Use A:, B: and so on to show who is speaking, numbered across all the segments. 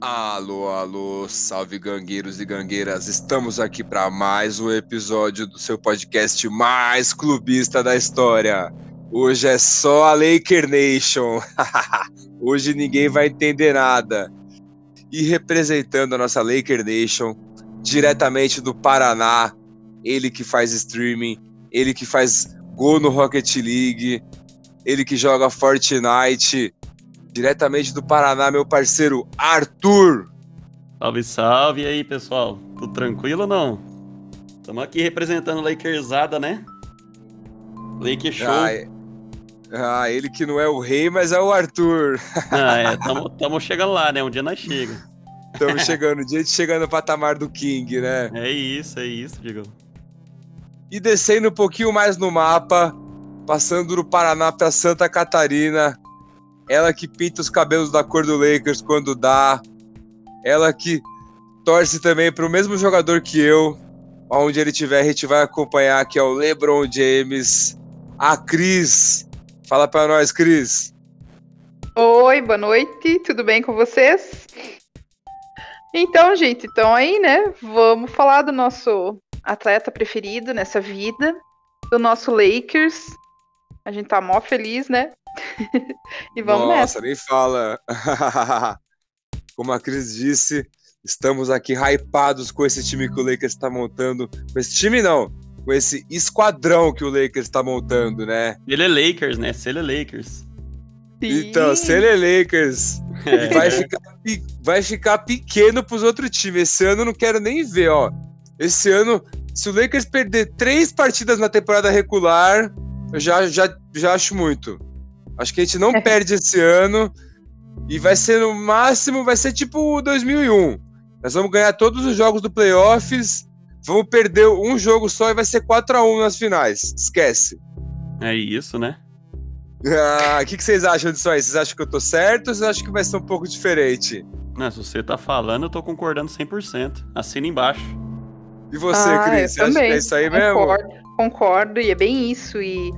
A: Alô, alô, salve gangueiros e gangueiras. Estamos aqui para mais um episódio do seu podcast mais clubista da história. Hoje é só a Laker Nation. Hoje ninguém vai entender nada. E representando a nossa Laker Nation, diretamente do Paraná, ele que faz streaming, ele que faz gol no Rocket League, ele que joga Fortnite, diretamente do Paraná, meu parceiro Arthur.
B: Salve, salve e aí, pessoal. Tudo tranquilo ou não? Estamos aqui representando Lakersada, né? Lake Show.
A: Ah, é- ah, ele que não é o rei, mas é o Arthur.
B: Ah, é, tamo, tamo chegando lá, né? Um dia nós chega.
A: Estamos chegando, dia de chegar no patamar do King, né?
B: É isso, é isso, Diego.
A: E descendo um pouquinho mais no mapa, passando do Paraná para Santa Catarina. Ela que pinta os cabelos da cor do Lakers quando dá. Ela que torce também para o mesmo jogador que eu. Onde ele tiver, a gente vai acompanhar, que é o LeBron James. A Cris. Fala para nós, Cris.
C: Oi, boa noite, tudo bem com vocês? Então, gente, então aí, né? Vamos falar do nosso atleta preferido nessa vida, do nosso Lakers. A gente tá mó feliz, né? e vamos
A: Nossa,
C: nessa.
A: nem fala. Como a Cris disse, estamos aqui hypados com esse time que o Lakers está montando. Com esse time não, com esse esquadrão que o Lakers está montando, né?
B: Ele é Lakers, né? Se ele é Lakers.
A: Então, se ele é Lakers,
B: É,
A: vai, ficar, pe- vai ficar pequeno pros outros times. Esse ano eu não quero nem ver, ó. Esse ano, se o Lakers perder três partidas na temporada regular, eu já, já, já acho muito. Acho que a gente não perde esse ano. E vai ser no máximo, vai ser tipo o 2001. Nós vamos ganhar todos os jogos do playoffs. Vamos perder um jogo só e vai ser 4 a 1 nas finais. Esquece.
B: é isso, né?
A: Ah, O que, que vocês acham disso aí? Vocês acham que eu tô certo ou vocês acham que vai ser um pouco diferente?
B: Não, se você tá falando, eu tô concordando 100%. Assina embaixo.
A: E você,
C: Ah, eu
A: Cris? Você acha que
C: também.
A: é isso aí mesmo?
C: Concordo, concordo, e é bem isso. E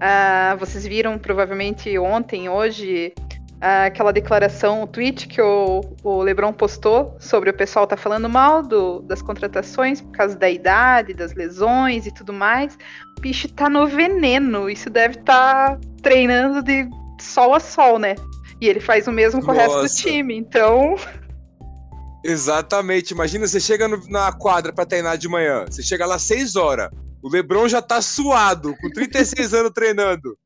C: ah, vocês viram provavelmente ontem, hoje, ah, aquela declaração, o tweet que o, o Lebron postou sobre o pessoal tá falando mal do- das contratações por causa da idade, das lesões e tudo mais. O bicho tá no veneno, isso deve estar treinando de sol a sol, né? E ele faz o mesmo com o resto do
A: Nossa.
C: time, então.
A: Exatamente. Imagina, você chega no- na quadra pra treinar de manhã. Você chega lá às 6 horas. O Lebron já tá suado, com 36 anos treinando.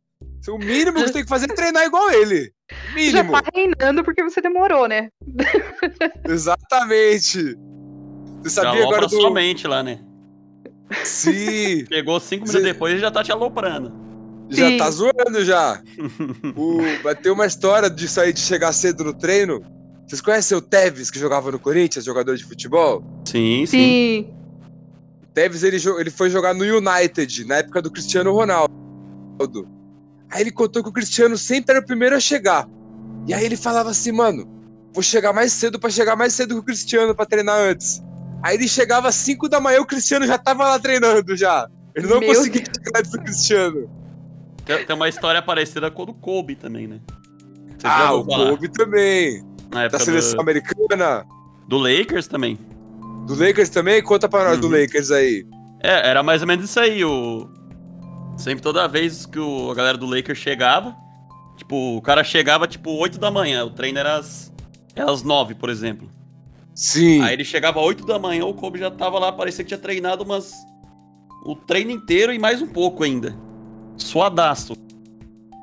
A: O mínimo que você tem que fazer é treinar igual ele.
C: Já
A: Mínimo.
C: tá reinando porque você demorou, né?
A: Exatamente. Você sabia
B: já alopra
A: agora
B: sua
A: do.
B: mente lá, né?
A: Sim,
B: Chegou cinco
A: Você-
B: minutos depois e já tá te aloprando.
A: já
C: Sim.
A: tá zoando já. O- Vai ter uma história disso aí de chegar cedo no treino. Vocês conhecem o Tevez que jogava no Corinthians, jogador de futebol?
B: Sim, sim.
A: Tevez ele, jo- ele foi jogar no United, na época do Cristiano Ronaldo. Aí ele contou que o Cristiano sempre era o primeiro a chegar. E aí ele falava assim, mano, vou chegar mais cedo pra chegar mais cedo que o Cristiano pra treinar antes. Aí ele chegava às 5 da manhã, o Cristiano já tava lá treinando já. Ele não
C: Meu
A: conseguia chegar antes do Cristiano.
B: Tem, tem uma história parecida com a do Kobe também, né? Você
A: ah, o Kobe também.
B: Na
A: Da
B: época
A: seleção
B: do,
A: americana.
B: do Lakers também.
A: Do Lakers também? Conta pra nós do
B: Uhum.
A: Lakers aí.
B: É, era mais ou menos isso aí. O... Sempre toda vez que o... a galera do Lakers chegava, tipo, o cara chegava tipo 8 da manhã, o treino era às, era às 9, por exemplo.
A: Sim.
B: Aí ele chegava 8 da manhã, o Kobe já tava lá, parecia que tinha treinado umas. o treino inteiro e mais um pouco ainda. Suadaço,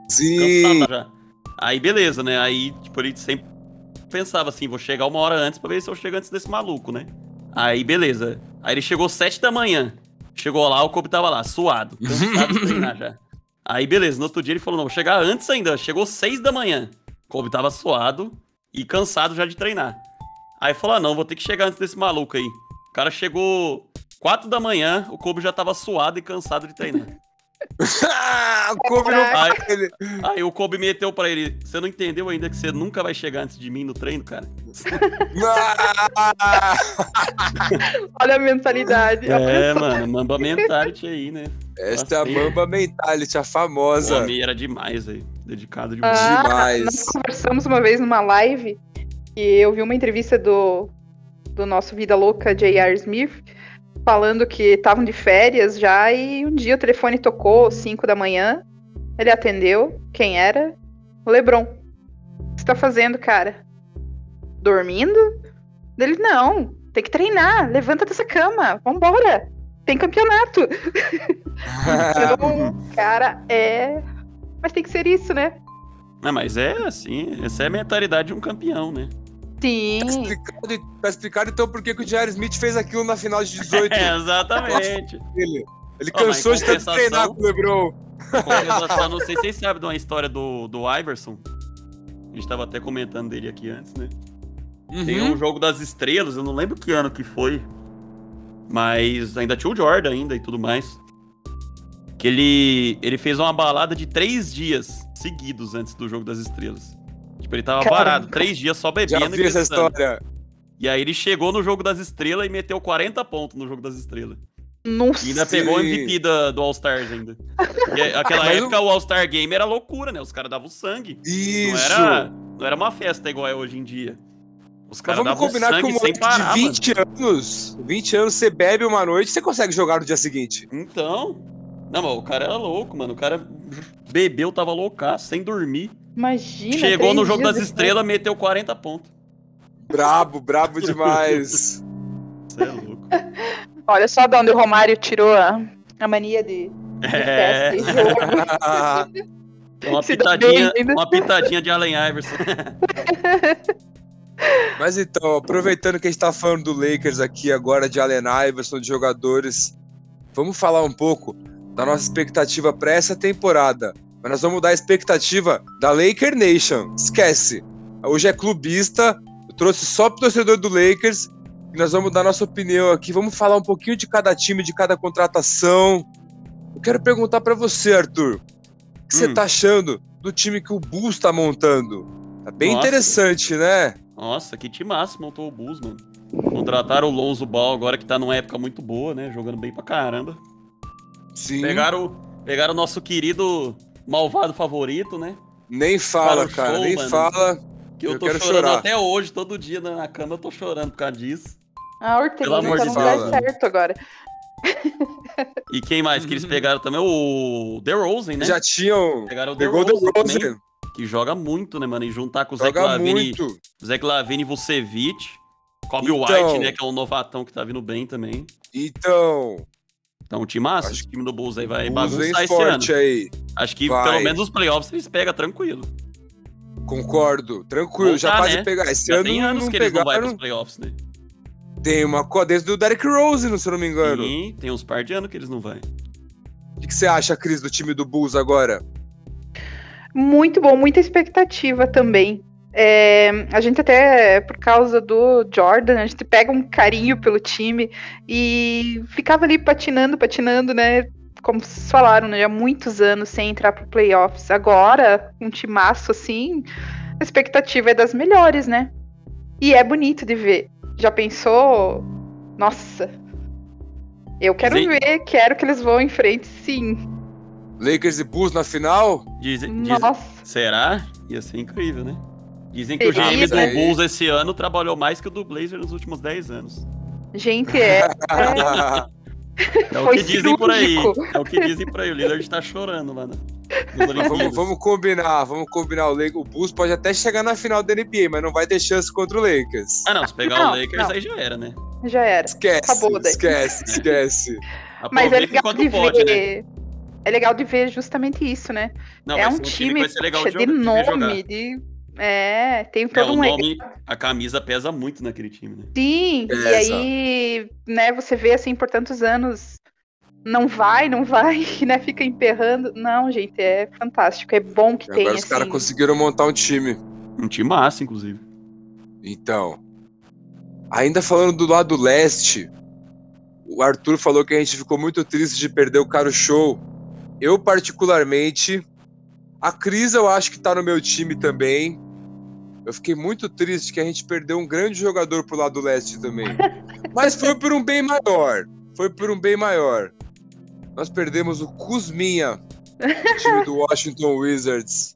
A: sim.
B: cansado já. Aí beleza, né? Aí, tipo, ele sempre pensava assim, vou chegar uma hora antes pra ver se eu chego antes desse maluco, né? Aí beleza. Aí ele chegou 7 da manhã. Chegou lá, o Kobe tava lá, suado, cansado de treinar já. Aí beleza, no outro dia ele falou, não, vou chegar antes ainda. Chegou 6 da manhã. O Kobe tava suado e cansado já de treinar. Aí falou, ah, não, vou ter que chegar antes desse maluco aí. O cara chegou 4 da manhã, o Kobe já tava suado e cansado de treinar.
A: Ah, o Kobe não...
B: Aí,
A: ele-
B: Aí o Kobe meteu pra ele, você não entendeu ainda que você nunca vai chegar antes de mim no treino, cara?
A: Ah!
C: Olha a mentalidade. a
B: É, mano, mamba mentality aí, né?
A: Esta é a
B: Nossa,
A: Mamba Mentality, a
B: O
A: famosa.
B: homem era demais aí, dedicado demais.
C: Ah,
A: Demais.
C: nós conversamos uma vez numa live que eu vi uma entrevista do, do nosso vida louca J.R. Smith falando que estavam de férias já e um dia o telefone tocou, 5 da manhã. Ele atendeu. Quem era? O Lebron. O que você tá fazendo, cara? Dormindo? Ele, não, tem que treinar, levanta dessa cama, vambora, tem campeonato.
A: Tá
C: então, cara, é. Mas tem que ser isso, né?
B: Ah, mas é assim, essa é a mentalidade de um campeão, né?
C: Sim.
A: Tá explicado, tá explicado, então por que, que o Jair Smith fez aquilo na final de 18
B: É, exatamente.
A: dele. Ele
B: Ó, mas
A: cansou de tanto
B: compensação-
A: treinar com o Lebron.
B: Compensação, não sei se vocês sabem de uma história do, do Iverson. A gente tava até comentando dele aqui antes, né? Tem
A: Uhum.
B: um jogo das estrelas, eu não lembro que ano que foi. Mas ainda tinha o Jordan ainda e tudo mais. Que ele, ele fez uma balada de três dias seguidos antes do jogo das estrelas. Tipo, ele tava
C: Caramba.
B: varado, três dias só
A: Já
B: bebendo
A: vi
B: e
A: essa
B: pensando.
A: história.
B: E aí ele chegou no jogo das estrelas e meteu 40 pontos no jogo das estrelas.
C: Nossa.
B: E ainda pegou o
A: Sim.
B: MVP da- do All-Stars ainda. E aí, aquela
A: Mas o-
B: época o All-Star Game era loucura, né? Os caras davam sangue.
A: Isso.
B: Não era, não era uma festa igual é hoje em dia.
A: Mas
B: Os caras
A: vamos
B: davam
A: combinar
B: sangue
A: que um
B: sem
A: moleque
B: parar,
A: de 20 anos, 20 anos, você bebe uma noite, você consegue jogar no dia seguinte.
B: mano. Então... Não, mas o cara era louco, mano. O cara bebeu, tava loucaço, sem dormir.
C: Imagina.
B: Chegou
C: três
B: no jogo
C: dias
B: das
C: depois.
B: estrelas, meteu 40 pontos.
A: Brabo, brabo demais.
B: Você é louco.
C: Olha só de onde o Romário tirou a, a mania de, de
B: É,
C: festa e jogo.
A: Ah,
B: uma
C: Se dá
B: pitadinha,
C: bem ainda.
B: uma pitadinha de Allen Iverson.
A: Mas então, aproveitando que a gente tá falando do Lakers aqui agora, de Allen Iverson, de jogadores, vamos falar um pouco da nossa expectativa para essa temporada. Mas nós vamos dar a expectativa da Laker Nation. Esquece. Hoje é clubista, eu trouxe só pro torcedor do Lakers. E nós vamos dar nossa opinião aqui. Vamos falar um pouquinho de cada time, de cada contratação. Eu quero perguntar para você, Arthur. O que você
B: Hum.
A: tá achando do time que o Bulls tá montando? Tá bem
B: Nossa.
A: interessante, né?
B: Nossa, que timaço montou o Bulls, mano. Contrataram o Lonzo Ball agora, que tá numa época muito boa, né? Jogando bem pra caramba.
A: Sim.
B: Pegaram, o- pegaram o nosso querido malvado favorito, né?
A: Nem fala,
B: Fala o
A: cara,
B: show,
A: nem
B: mano.
A: fala.
B: Que eu,
A: Eu
B: tô
A: quero
B: chorando
A: chorar.
B: até hoje, todo dia na, na cama eu tô chorando por causa disso.
C: A Hortelina
B: Pelo amor
C: tá
A: de
C: no lugar
A: Deus.
C: certo agora.
B: E quem mais que eles pegaram também? O The Rosen, né?
A: Já tinham.
B: pegaram o The
A: Pegou o
B: Rosen, também,
A: DeRozan,
B: que joga muito, né, mano? E juntar com o Zach
A: joga
B: Lavine,
A: muito.
B: Zach Lavine e Vucevic. Kobe
A: Então.
B: White, né? Que é um novatão que tá vindo bem também.
A: Então,
B: Então, timaço,
A: Acho
B: esse time do Bulls é aí vai
A: Bulls vem
B: bagunçar esse ano.
A: forte aí.
B: Acho que
A: Vai.
B: pelo menos os playoffs eles pegam tranquilo.
A: Concordo, tranquilo,
B: Voltar,
A: já quase
B: né?
A: pegar. Esse
B: Já
A: ano
B: tem anos
A: não
B: que eles não vão
A: pegaram.
B: pros playoffs, né?
A: Tem uma co- desde do Derrick Rose, não, se eu não me engano.
B: Sim, tem uns par de anos que eles não vão.
A: O que, que você acha, Cris, do time do Bulls agora?
C: Muito bom, muita expectativa também. É, a gente até, por causa do Jordan, a gente pega um carinho pelo time e ficava ali patinando, patinando, né? Como vocês falaram, né? Já muitos anos sem entrar pro playoffs. Agora, um timaço assim, a expectativa é das melhores, né? E é bonito de ver. Já pensou? Nossa! Eu quero
B: Sim.
C: ver, quero que eles vão em frente, sim.
A: Lakers e Bulls na final?
B: Dizem, dizem-
C: Nossa!
B: será? Ia ser incrível, né? Dizem que o
C: Seria,
B: GM do
A: né?
B: Bulls esse ano trabalhou mais que o do Blazer nos últimos 10 anos.
C: Gente, é. é
B: É o
C: Foi
B: que dizem por aí.
C: cirúrgico.
B: É o que dizem por aí. O Lillard tá chorando lá na, nos
A: Mas vamos,
B: Olimpíadas.
A: vamos combinar, vamos combinar. O, Lakers, o Bulls pode até chegar na final da NBA, mas não vai ter chance contra o Lakers.
B: Ah, não, se pegar
C: Não,
B: o Lakers
C: não.
B: aí já era, né?
C: Já era.
A: Esquece,
C: Acabou daí.
A: esquece, esquece.
C: Mas
B: Aproveita
C: é legal de
B: enquanto pode, né?
C: ver. É legal de ver justamente isso, né?
B: Não,
C: é
B: vai
C: um
B: ser
C: time,
B: que vai ser legal
C: poxa,
B: de,
C: de,
B: jogar- ver jogar.
C: nome, de. É, tem
B: É,
C: todo
B: o
C: um
B: nome, a camisa pesa muito naquele time, né?
C: Sim, e
A: Essa.
C: aí, né, você vê assim por tantos anos, não vai, não vai, né? Fica emperrando. Não, gente, é fantástico. É bom que tem
A: Agora os
C: assim.
A: caras conseguiram montar um time.
B: Um time massa, inclusive.
A: Então, ainda falando do lado leste, o Arthur falou que a gente ficou muito triste de perder o Caro Show. Eu, particularmente, a Cris eu acho que tá no meu time também. Eu fiquei muito triste que a gente perdeu um grande jogador pro lado leste também. Mas foi por um bem maior. Foi por um bem maior. Nós perdemos o Kuzminha, do time do Washington Wizards.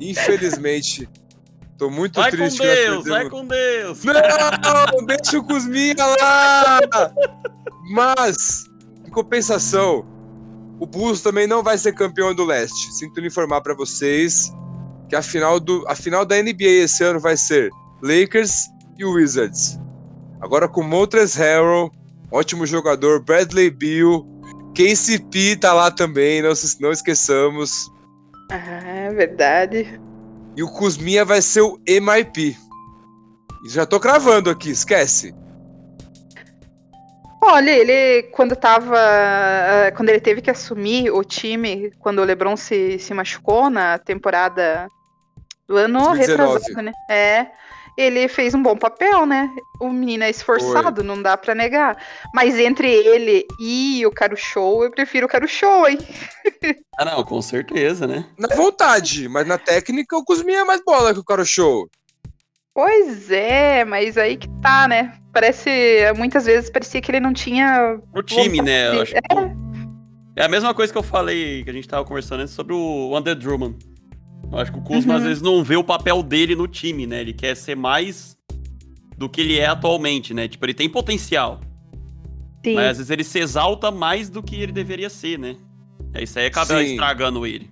A: Infelizmente, Tô muito
B: Vai com
A: triste. que eu
B: Deus,
A: perdi
B: vai
A: o-
B: com Deus.
A: Não, deixa o Cusminha lá! Mas, em compensação, o Bus também não vai ser campeão do leste. Sinto lhe informar pra vocês que a final, do, a final da NBA esse ano vai ser Lakers e Wizards. Agora com Montrezl Harrell, ótimo jogador, Bradley Beal, KCP tá lá também, não, se- não esqueçamos.
C: Ah, é verdade.
A: E o Cusminha vai ser o MIP. E Já tô cravando aqui, esquece.
C: Olha, ele quando tava. ah, Quando ele teve que assumir o time, quando o Lebron se, se machucou na temporada do ano
A: 2019.
C: retrasado, né? É. Ele fez um bom papel, né? O menino é esforçado, não dá pra negar. Mas entre ele e o Caro Show, eu prefiro o Caro Show, hein?
B: Ah, não, com certeza, né?
A: Na vontade, mas na técnica o Kuzminha é mais bola que o Caro Show.
C: Pois é, mas aí que tá, né? Parece. Muitas vezes parecia que ele não tinha
B: Pro time,
C: Vontade,
B: né? Eu acho que-
C: é.
B: É a mesma coisa que eu falei, que a gente tava conversando antes sobre o Under Drummond. Eu acho que o Kuzma
C: Uhum.
B: às vezes não vê o papel dele no time, né? Ele quer ser mais do que ele é atualmente, né? Tipo, ele tem potencial,
C: Sim.
B: mas às vezes ele se exalta mais do que ele deveria ser, né? É isso aí acaba
A: Sim.
B: estragando ele.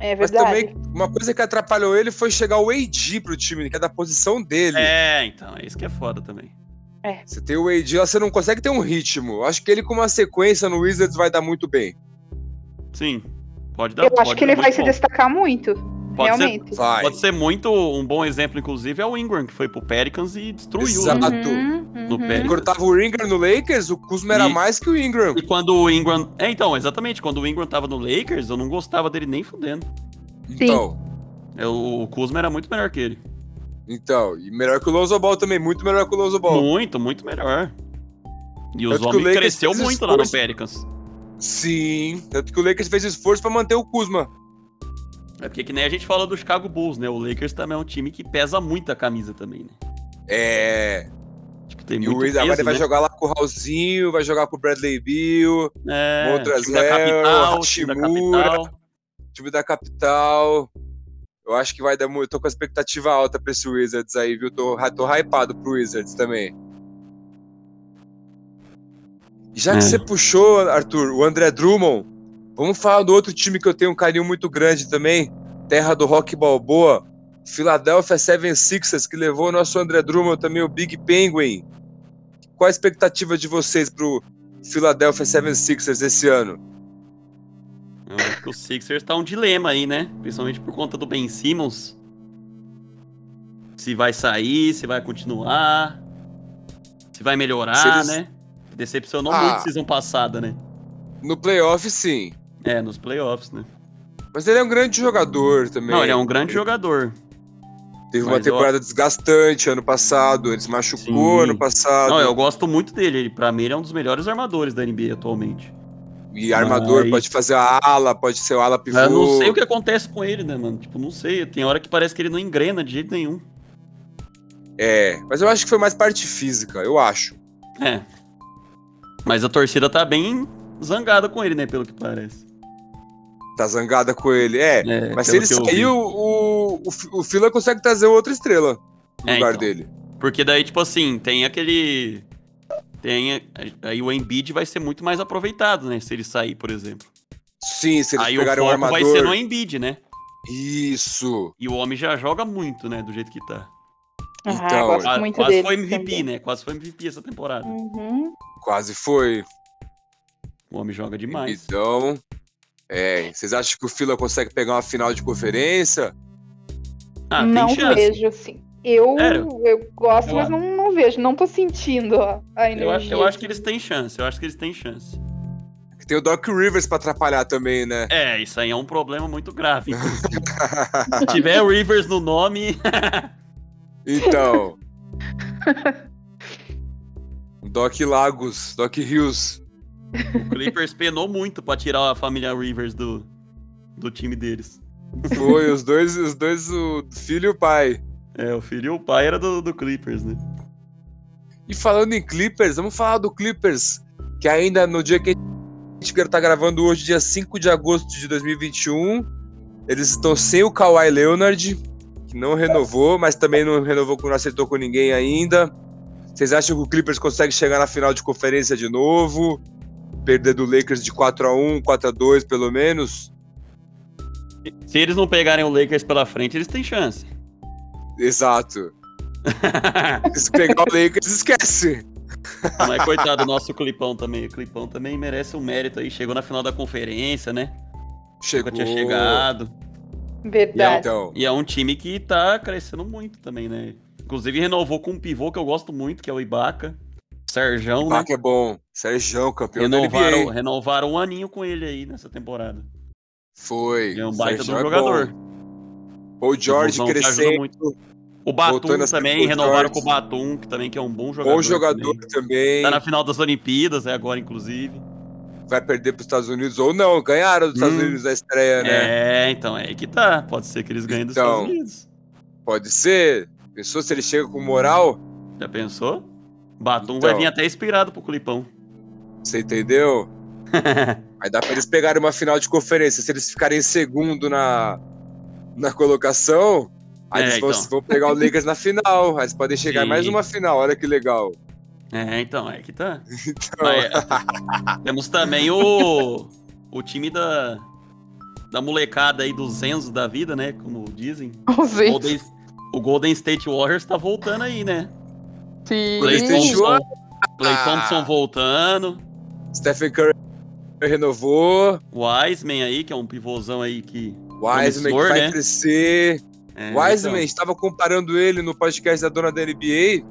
C: É
A: Mas
C: verdade.
A: também, uma coisa que atrapalhou ele foi chegar o AD pro time, que é da posição dele.
B: É, então, é isso que é foda também.
A: Você tem o AD lá, você não consegue ter um ritmo. Eu Acho que ele com uma sequência no Wizards vai dar muito bem.
B: Sim. Pode dar
C: Eu
B: pode
C: acho que
B: dar
C: ele vai
B: muito
C: se
B: bom.
C: destacar muito,
B: Pode ser,
C: realmente.
A: Vai.
B: pode ser muito um bom exemplo, inclusive, é o Ingram, que foi pro Pelicans e destruiu.
A: Exato.
B: Né?
C: Uhum,
B: No
C: uhum.
B: pé.
A: Quando tava o Ingram no Lakers, o Kuzma era
B: E-
A: mais que o Ingram.
B: E quando o Ingram. É, então, exatamente. Quando o Ingram tava no Lakers, eu não gostava dele nem fudendo.
A: Então,
B: Eu- o Kuzma era muito melhor que ele.
A: então, e melhor que o Lonzo Ball também, muito melhor que o Lonzo Ball.
B: Muito, muito melhor. E os
A: Tanto que o
B: homens
A: Lakers
B: cresceu
A: fez
B: muito lá no
A: esforço.
B: Pelicans.
A: Sim, tanto que o Lakers fez esforço pra manter o Kuzma.
B: É porque que nem a gente fala do Chicago Bulls, né? O Lakers também é um time que pesa muito a camisa também, né?
A: É.
B: Tipo, tem
A: E
B: muito
A: o Wizards agora
B: peso,
A: ele vai
B: né?
A: jogar lá com o Raulzinho, vai jogar com o Bradley Beal.
B: É,
A: Montrezl
B: time da
A: Harrell,
B: capital, time da
A: Hachimura.
B: capital.
A: time da capital. Eu acho que vai dar muito. Tô com a expectativa alta pra esse Wizards aí, viu? Tô, tô hypado pro Wizards também. Já
B: É.
A: que você puxou, Arthur, o André Drummond, vamos falar do outro time que eu tenho um carinho muito grande também, terra do Rock Balboa, Philadelphia 76ers, que levou o nosso André Drummond também, o Big Penguin. Qual a expectativa de vocês pro Philadelphia 76ers esse ano?
B: Eu acho que o Sixers tá um dilema aí, né? Principalmente por conta do Ben Simmons. Se vai sair, se vai continuar, se vai
A: Se
B: melhorar,
A: eles-
B: né? Decepcionou
A: Ah.
B: muito a season passada, né?
A: No playoff, sim.
B: É, nos playoffs, né?
A: Mas ele é um grande jogador também.
B: Não, ele é um grande jogador.
A: Teve uma
B: Mas eu-
A: temporada desgastante ano passado, ele se machucou
B: Sim.
A: ano passado.
B: Não, eu gosto muito dele. Ele, pra mim, ele é um dos melhores armadores da NBA atualmente.
A: E armador,
B: Mas-
A: pode fazer a ala, pode ser o ala pivô.
B: Eu não sei o que acontece com ele, né, mano? Tipo, não sei. Tem hora que parece que ele não engrena de jeito nenhum.
A: É, mas eu acho que foi mais parte física, eu acho.
B: É. Mas a torcida tá bem zangada com ele, né? Pelo que parece.
A: Tá zangada com ele. É,
B: É,
A: mas se
B: pelo
A: ele
B: que eu vi.
A: sair, o, o, o Fi- o Fila consegue trazer outra estrela no
B: É,
A: lugar
B: então.
A: dele.
B: Porque daí, tipo assim, tem aquele. Tem. Aí o Embiid vai ser muito mais aproveitado, né? Se ele sair, por exemplo.
A: Sim, se eles
B: aí o
A: pegarem
B: foco
A: um
B: vai
A: armador.
B: ser no Embiid, né?
A: Isso.
B: E o homem já joga muito, né? Do jeito que tá.
C: Ah,
A: Então,
C: gosto
B: Qua-
C: muito
B: Quase
C: dele.
B: foi MVP,
C: também.
B: né? Quase foi MVP essa temporada.
C: Uhum.
A: Quase foi.
B: O homem joga demais.
A: Então. É, vocês acham que o Fila consegue pegar uma final de conferência?
B: Ah,
C: não
B: tem chance.
C: vejo assim. Eu,
B: Sério?
C: eu gosto,
B: Eu acho.
C: mas não, não vejo. Não tô sentindo ó, a
B: Eu, acho-
C: energia.
B: eu acho que eles têm chance, eu acho que eles têm chance.
A: Tem o Doc Rivers pra atrapalhar também, né?
B: É, isso aí é um problema muito grave. inclusive. Se tiver Rivers no nome,
A: Então. Doc Lagos, Doc Rios.
B: o Clippers penou muito pra tirar a família Rivers do, do time deles.
A: Foi, os dois, os dois, o filho e o pai.
B: É, o filho e o pai era do, do Clippers, né?
A: E falando em Clippers, vamos falar do Clippers, que ainda no dia que a gente tá gravando hoje, um, dia 5 de agosto de 2021, eles estão sem o Kawhi Leonard, que não renovou, mas também não renovou, não acertou com ninguém ainda. Vocês acham que o Clippers consegue chegar na final de conferência de novo? Perder do Lakers de 4 a 1 4 a 2 pelo menos?
B: Se eles não pegarem o Lakers pela frente, eles têm chance.
A: Exato. Se pegar o Lakers, esquece.
B: Mas coitado, nosso Clipão também. O Clipão também merece um mérito aí. Chegou na final da conferência, né?
A: Chegou.
B: Nunca tinha chegado.
C: Verdade.
A: Então,
B: E é um time que tá crescendo muito também, né? Inclusive renovou com um pivô que eu gosto muito, que é o Ibaka. Serjão, né?
A: Baca é bom. Serjão, é campeão da
B: Renovaram,
A: NBA.
B: renovaram um aninho com ele aí nessa temporada.
A: Foi.
B: Ele é um baita de
A: Serjão
B: um
A: é
B: jogador. tá
A: bom. O George
B: Pivôzão que ajuda
A: crescendo.
B: muito. O
A: Voltando
B: Batum
A: nessa
B: também,
A: época, o
B: renovaram
A: George.
B: com o Batum, que também que é um bom jogador.
A: Bom jogador
B: também.
A: também.
B: Tá na final das Olimpíadas, é agora, inclusive.
A: Vai perder para os Estados Unidos ou não. Ganharam dos Estados
B: Hum.
A: Unidos na estreia, né?
B: É, então, é aí que tá. Pode ser que eles ganhem dos
A: Então.
B: Estados Unidos.
A: Pode ser. Pensou se ele chega com moral?
B: Já pensou? Batum
A: Então.
B: vai vir até inspirado pro Clipão.
A: Você entendeu? Aí dá pra eles pegarem uma final de conferência. Se eles ficarem em segundo na, na colocação, aí
B: É,
A: eles vão,
B: então.
A: vão pegar o Lakers na final. Aí eles podem chegar em mais
B: Sim.
A: uma final. Olha que legal.
B: é, então, é aí que tá.
A: Então,
B: Mas, é, temos também o, o time da, da molecada aí do Zenzo da vida, né? Como dizem.
C: Ausente.
B: Golden- o Golden State Warriors tá voltando aí, né?
A: Golden State
B: Clay Thompson,
A: Warriors.
B: Clay
A: Ah.
B: Thompson voltando.
A: Stephen Curry renovou.
B: Wiseman aí, que é um pivôzão aí que.
A: Wiseman que
B: Promissor,
A: vai
B: né?
A: crescer.
B: É,
A: Wiseman, a
B: então,
A: gente tava comparando ele no podcast da dona da NBA.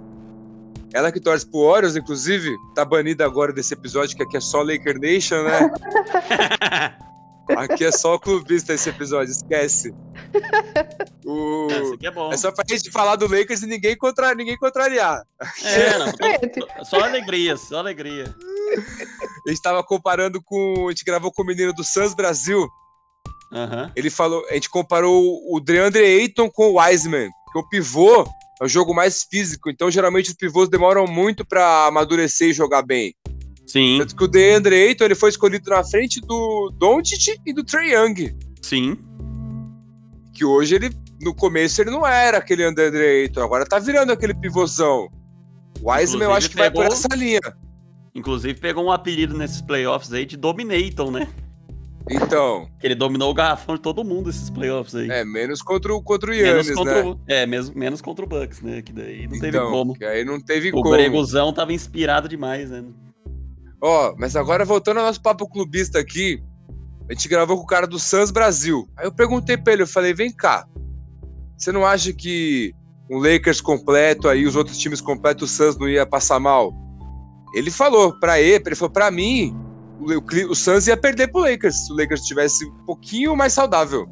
A: Ela que torce pro Warriors, inclusive, tá banida agora desse episódio, que aqui é só Laker Nation, né? Aqui é só o clubista esse episódio, esquece. O-
B: esse aqui é bom.
A: É só pra gente falar do Lakers e ninguém, contra... ninguém contrariar.
B: É, não,
C: Gente,
B: tô- só alegria, só alegria.
A: A gente tava comparando com. A gente gravou com o menino do Suns Brasil.
B: Aham.
A: Ele falou. A gente comparou o Deandre Ayton com o Wiseman. Porque o pivô é o jogo mais físico. Então, geralmente, os pivôs demoram muito pra amadurecer e jogar bem.
B: Sim,
A: Tanto que o Deandre Ayton ele foi escolhido na frente do Doncic e do Trae Young.
B: sim.
A: que hoje ele, no começo, ele não era aquele André Ayton, agora tá virando aquele pivôzão. O Wiseman eu
B: Inclusive,
A: acho que vai por
B: pegou-
A: essa linha.
B: Inclusive pegou um apelido nesses playoffs aí de Dominaton, né?
A: Então,
B: Que ele dominou o garrafão de todo mundo esses playoffs aí.
A: é, menos contra o, contra o
B: menos
A: Yannis,
B: contra
A: né?
B: o, É, mesmo, menos contra o Bucks, né? Que daí não teve
A: então,
B: como.
A: que aí não teve
B: O
A: como.
B: Gregozão tava inspirado demais, né?
A: Ó, mas agora voltando ao nosso papo clubista aqui, a gente gravou com o cara do Suns Brasil. Aí eu perguntei pra ele, eu falei, vem cá, você não acha que um Lakers completo aí, os outros times completos, o Suns não ia passar mal? Ele falou pra ele, ele falou, pra mim, o, Le- o Cle- o Suns ia perder pro Lakers, se o Lakers tivesse um pouquinho mais saudável.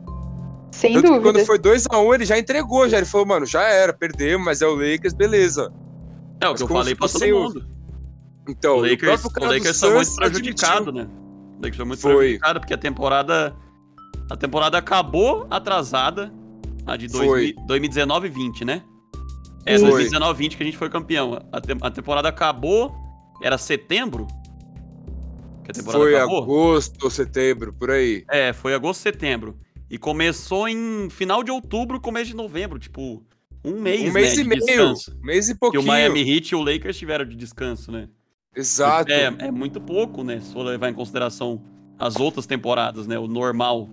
C: sem
A: Tanto que quando
C: dúvida.
A: foi 2x1, ele já entregou, já. Ele falou, mano, já era, perdemos, mas é o Lakers, beleza.
B: É o
A: Mas
B: que eu
A: como
B: falei pra
A: se
B: todo
A: fosse o-
B: mundo.
A: Então,
B: O Lakers,
A: próprio
B: o
A: cara do
B: Lakers foi muito
A: Suns é
B: prejudicado, né? O Lakers foi muito
A: Foi.
B: prejudicado, porque a temporada. A temporada acabou atrasada. A de
A: Foi.
B: 2019 20, né? É,
A: Foi.
B: 2019 20 que a gente foi campeão. A, tem- a temporada acabou. Era setembro? Que a temporada
A: Foi
B: acabou?
A: agosto ou setembro, por aí.
B: É, foi agosto, setembro. E começou em final de outubro, começo de novembro. Tipo, um mês,
A: um mês
B: né,
A: e
B: de
A: meio.
B: descanso.
A: Um mês e
B: Que o
A: pouquinho.
B: Miami Heat e o Lakers tiveram de descanso, né?
A: Exato.
B: É, é muito pouco, né? Se for levar em consideração as outras temporadas, né? O normal.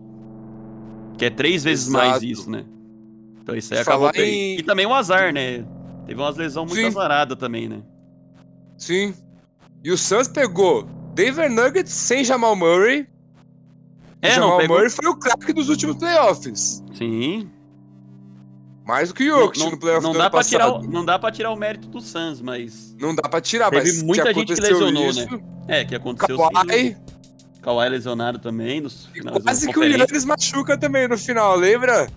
B: Que é três vezes
A: Exato.
B: mais isso, né? Então isso aí
A: E
B: acabou.
A: falar
B: per-
A: em-
B: E também o azar, né? Teve umas lesões muito
A: Sim.
B: azaradas também, né?
A: Sim. E o Suns pegou Denver Nuggets sem Jamal Murray. E
B: É, não
A: Jamal
B: pegou.
A: Murray foi o craque dos últimos playoffs.
B: Sim.
A: Mais do que o
B: Não,
A: Jokic no
B: não,
A: playoff
B: não
A: do
B: dá
A: ano
B: pra tirar o,
A: passado.
B: não dá pra tirar o mérito do Suns, mas.
A: Não dá pra tirar,
B: Teve
A: mas
B: muita gente que
A: aconteceu
B: lesionou,
A: isso,
B: É, que aconteceu sim.
A: Kawhi,
B: O Kawhi lesionado também nos
A: e
B: finais
A: quase que o Yannis machuca também no final, lembra?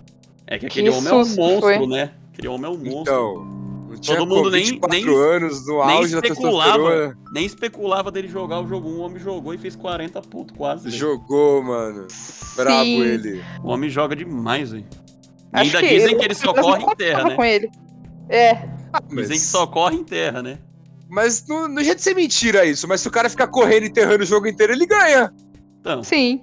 B: É que
C: Que
B: aquele homem é um
C: susto
B: monstro,
C: foi.
B: né? Aquele homem é um monstro.
A: Então, não tinha
B: Todo mundo
A: com
B: nem-
A: 24
B: nem-
A: anos no
B: nem
A: auge da
B: especulava.
A: testosterona.
B: Nem especulava dele jogar o jogo. Um homem jogou e fez 40 pontos quase. né. velho.
A: Jogou, mano. Brabo
C: Sim.
A: ele.
B: O homem joga demais, velho. E
C: Acho
B: ainda dizem que ele
C: eu
B: só
C: não
B: corre em
C: contava
B: terra, né?
C: com ele. É,
A: Ah,
B: Dizem que só corre em terra, né?
A: Mas não, não jeito de ser mentira isso, mas se o cara ficar correndo e enterrando o jogo inteiro, ele ganha.
B: Então,
C: sim.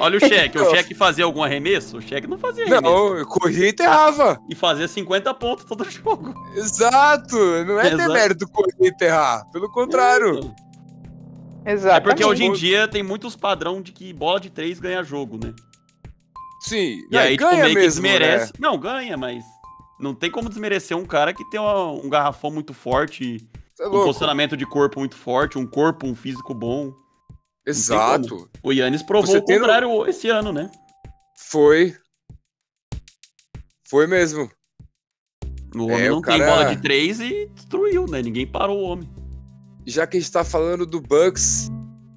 B: Olha o cheque. O cheque fazia algum arremesso? O cheque não fazia arremesso.
A: Não, eu corria e enterrava.
B: E fazia 50 pontos todo jogo.
A: Exato. Não é
B: Exato.
A: demérito correr e enterrar. Pelo contrário.
B: É
C: Exatamente.
B: porque hoje em dia tem muitos padrão de que bola de três ganha jogo, né?
A: Sim.
B: E aí, tipo,
A: ganha
B: meio que
A: mesmo, né?
B: desmerece. Não, ganha, mas. Não tem como desmerecer um cara que tem uma- um garrafão muito forte,
A: Tá
B: um
A: louco.
B: posicionamento de corpo muito forte, um corpo, um físico bom.
A: Exato.
B: O Yannis provou
A: Você
B: o
A: tem no-
B: contrário esse ano, né?
A: Foi. Foi mesmo.
B: O
A: É,
B: homem
A: o
B: não tem
A: cara-
B: bola de três e destruiu, né? Ninguém parou o homem.
A: Já que a gente tá falando do Bucks,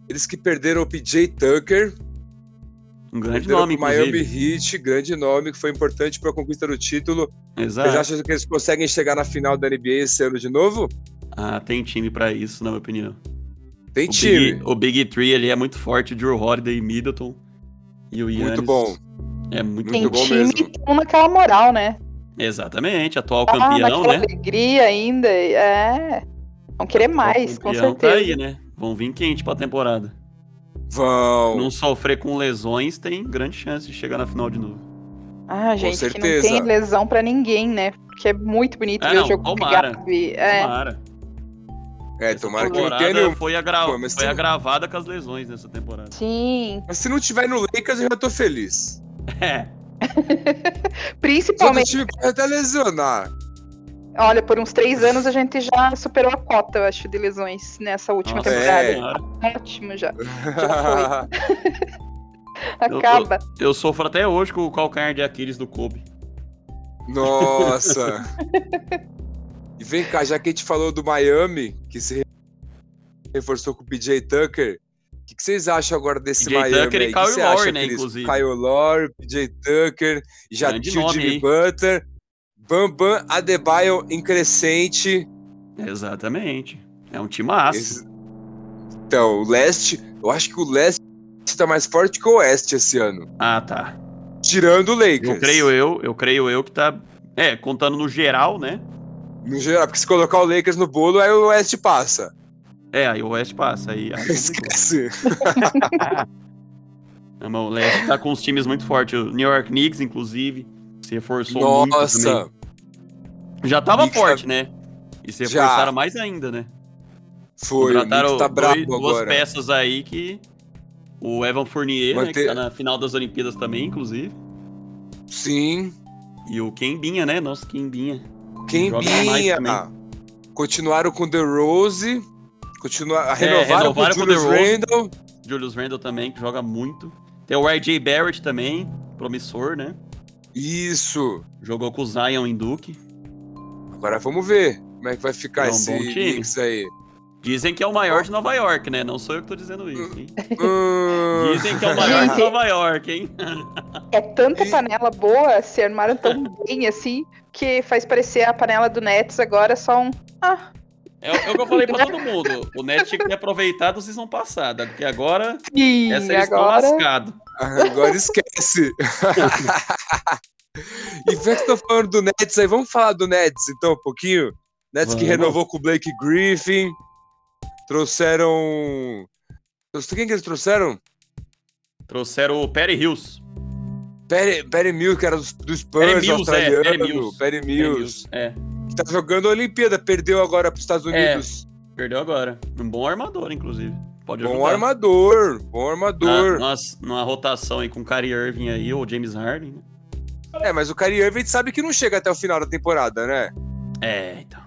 A: eles que perderam o PJ Tucker,
B: Um grande
A: perderam
B: nome,
A: pro Miami
B: inclusive.
A: Heat, grande nome, que foi importante pra conquista do título. Vocês
B: Exato.
A: acham que eles conseguem chegar na final da NBA esse ano de novo?
B: Ah, tem time pra isso, na minha opinião.
A: Tem
B: O
A: time.
B: Big, o Big Three ali é muito forte, o Drew Holiday e Middleton. E o Yannis
A: Muito bom.
B: É muito,
C: Tem
A: Muito bom
C: time
A: mesmo.
C: que estão naquela moral, né?
B: Exatamente, atual
C: Tá
B: campeão,
C: naquela
B: né?
C: alegria ainda. É. Vão querer mais,
B: Atual
C: com
B: campeão tá
C: certeza.
B: aí, né? Vão vir quente pra temporada.
A: Vão.
B: Não sofrer com lesões, tem grande chance de chegar na final de novo.
C: Ah, gente,
A: certeza.
C: que não tem lesão pra ninguém, né? Porque é muito bonito
B: Ah,
C: ver
B: não,
C: o jogo
B: tomara.
C: pegado e- É,
B: Tomara.
A: É,
B: Essa
A: tomara que não
B: temporada
A: tenha nenhum.
B: foi, agra...
A: Pô, mas
B: foi
A: tem-
B: agravada com as lesões nessa temporada.
C: sim.
A: Mas se não tiver no Lakers, eu já tô feliz.
B: É,
A: Se outro
C: Principalmente,
A: time pode até lesionar.
C: olha, por uns três anos a gente já superou a cota, eu acho, de lesões nessa última
B: nossa
A: é.
C: temporada.
B: senhora.
C: Ótimo já. Já Acaba.
B: Eu sofro até hoje com o calcanhar de Aquiles do Kobe.
A: Nossa. e vem cá, já que a gente falou do Miami, que se re- reforçou com o PJ Tucker, o que, que vocês acham agora desse
B: PJ
A: Miami?
B: Tucker e
A: aí? O que
B: Kyle
A: você
B: Lowry,
A: acha,
B: né,
A: Cris?
B: inclusive.
A: Kyle Lowry, PJ Tucker, já
B: Grande
A: tinha o
B: nome
A: Jimmy
B: aí.
A: Butler, Bambam Adebayo em crescente.
B: Exatamente. É um timaço.
A: Esse- Então, o leste, eu acho que o leste tá mais forte que o oeste esse ano.
B: Ah, tá.
A: Tirando o Lakers.
B: Eu creio eu, eu creio eu que tá. É, contando no geral, né?
A: No geral, porque se colocar o Lakers no bolo, aí o oeste passa. Assim,
B: É, aí o Oeste passa. Aí, aí
A: Esquece.
B: Não, mas o Leste tá com os times muito fortes. O New York Knicks, inclusive, se reforçou muito também.
A: Nossa,
B: Já tava
A: Knicks tá
B: forte, né? E se
A: Já.
B: reforçaram mais ainda, né?
A: foi. O Knicks tá
B: dois-
A: brabo
B: duas
A: agora.
B: peças aí que... O Evan Fournier, né,
A: Manter-
B: que tá na final das Olimpíadas também, inclusive.
A: Sim.
B: E o Kembinha, né? Nosso Kembinha.
A: Quem
B: Joga mais
A: vinha?
B: também. É,
A: Continuaram com o The Rose. Continua... Renovaram,
B: renovaram
A: com
B: com
A: o
B: o
A: Julius
B: DeRozan.
A: Randle.
B: Julius Randle também, que joga muito. Tem o RJ Barrett também, promissor, né?
A: Isso.
B: Jogou com o Zion em Duke.
A: Agora vamos ver como é que vai ficar
B: É um
A: esse
B: bom time.
A: Knicks aí.
B: Dizem que é o maior de Nova York, né? Não sou eu que tô dizendo isso, hein?
A: Hum,
B: Dizem que é o maior de
C: Gente.
B: Nova York, hein?
C: É tanta
A: E-
C: panela boa, se armaram tão bem assim, que faz parecer a panela do Nets agora só um. Ah,
B: É, o- é o que eu falei pra todo mundo. O Net tinha que ter aproveitado a season passada, porque agora
C: sim,
B: essa eles estão
C: agora.
B: lascados.
A: agora esquece. e já que tô falando do Nets aí, vamos falar do Nets então um pouquinho? Nets que
B: Vamos.
A: renovou com o Blake Griffin. Trouxeram... Quem que eles trouxeram?
B: Trouxeram o Perry Hills.
A: Perry, Perry Mills, que era dos, dos Spurs,
B: Perry Mills, é,
A: australiano.
B: Perry
A: Perry
B: Mills.
A: Mills.
B: Perry Hills, É,
A: Que tá jogando a Olimpíada, perdeu agora pros Estados
B: É,
A: Unidos.
B: perdeu agora. Um bom armador, inclusive. Pode
A: bom
B: ajudar.
A: armador, bom
B: Na,
A: armador.
B: nas- numa rotação aí com o Kyrie Irving aí, ou James Harden. né?
A: É, mas o Kyrie Irving a gente sabe que não chega até o final da temporada, né?
B: É, então.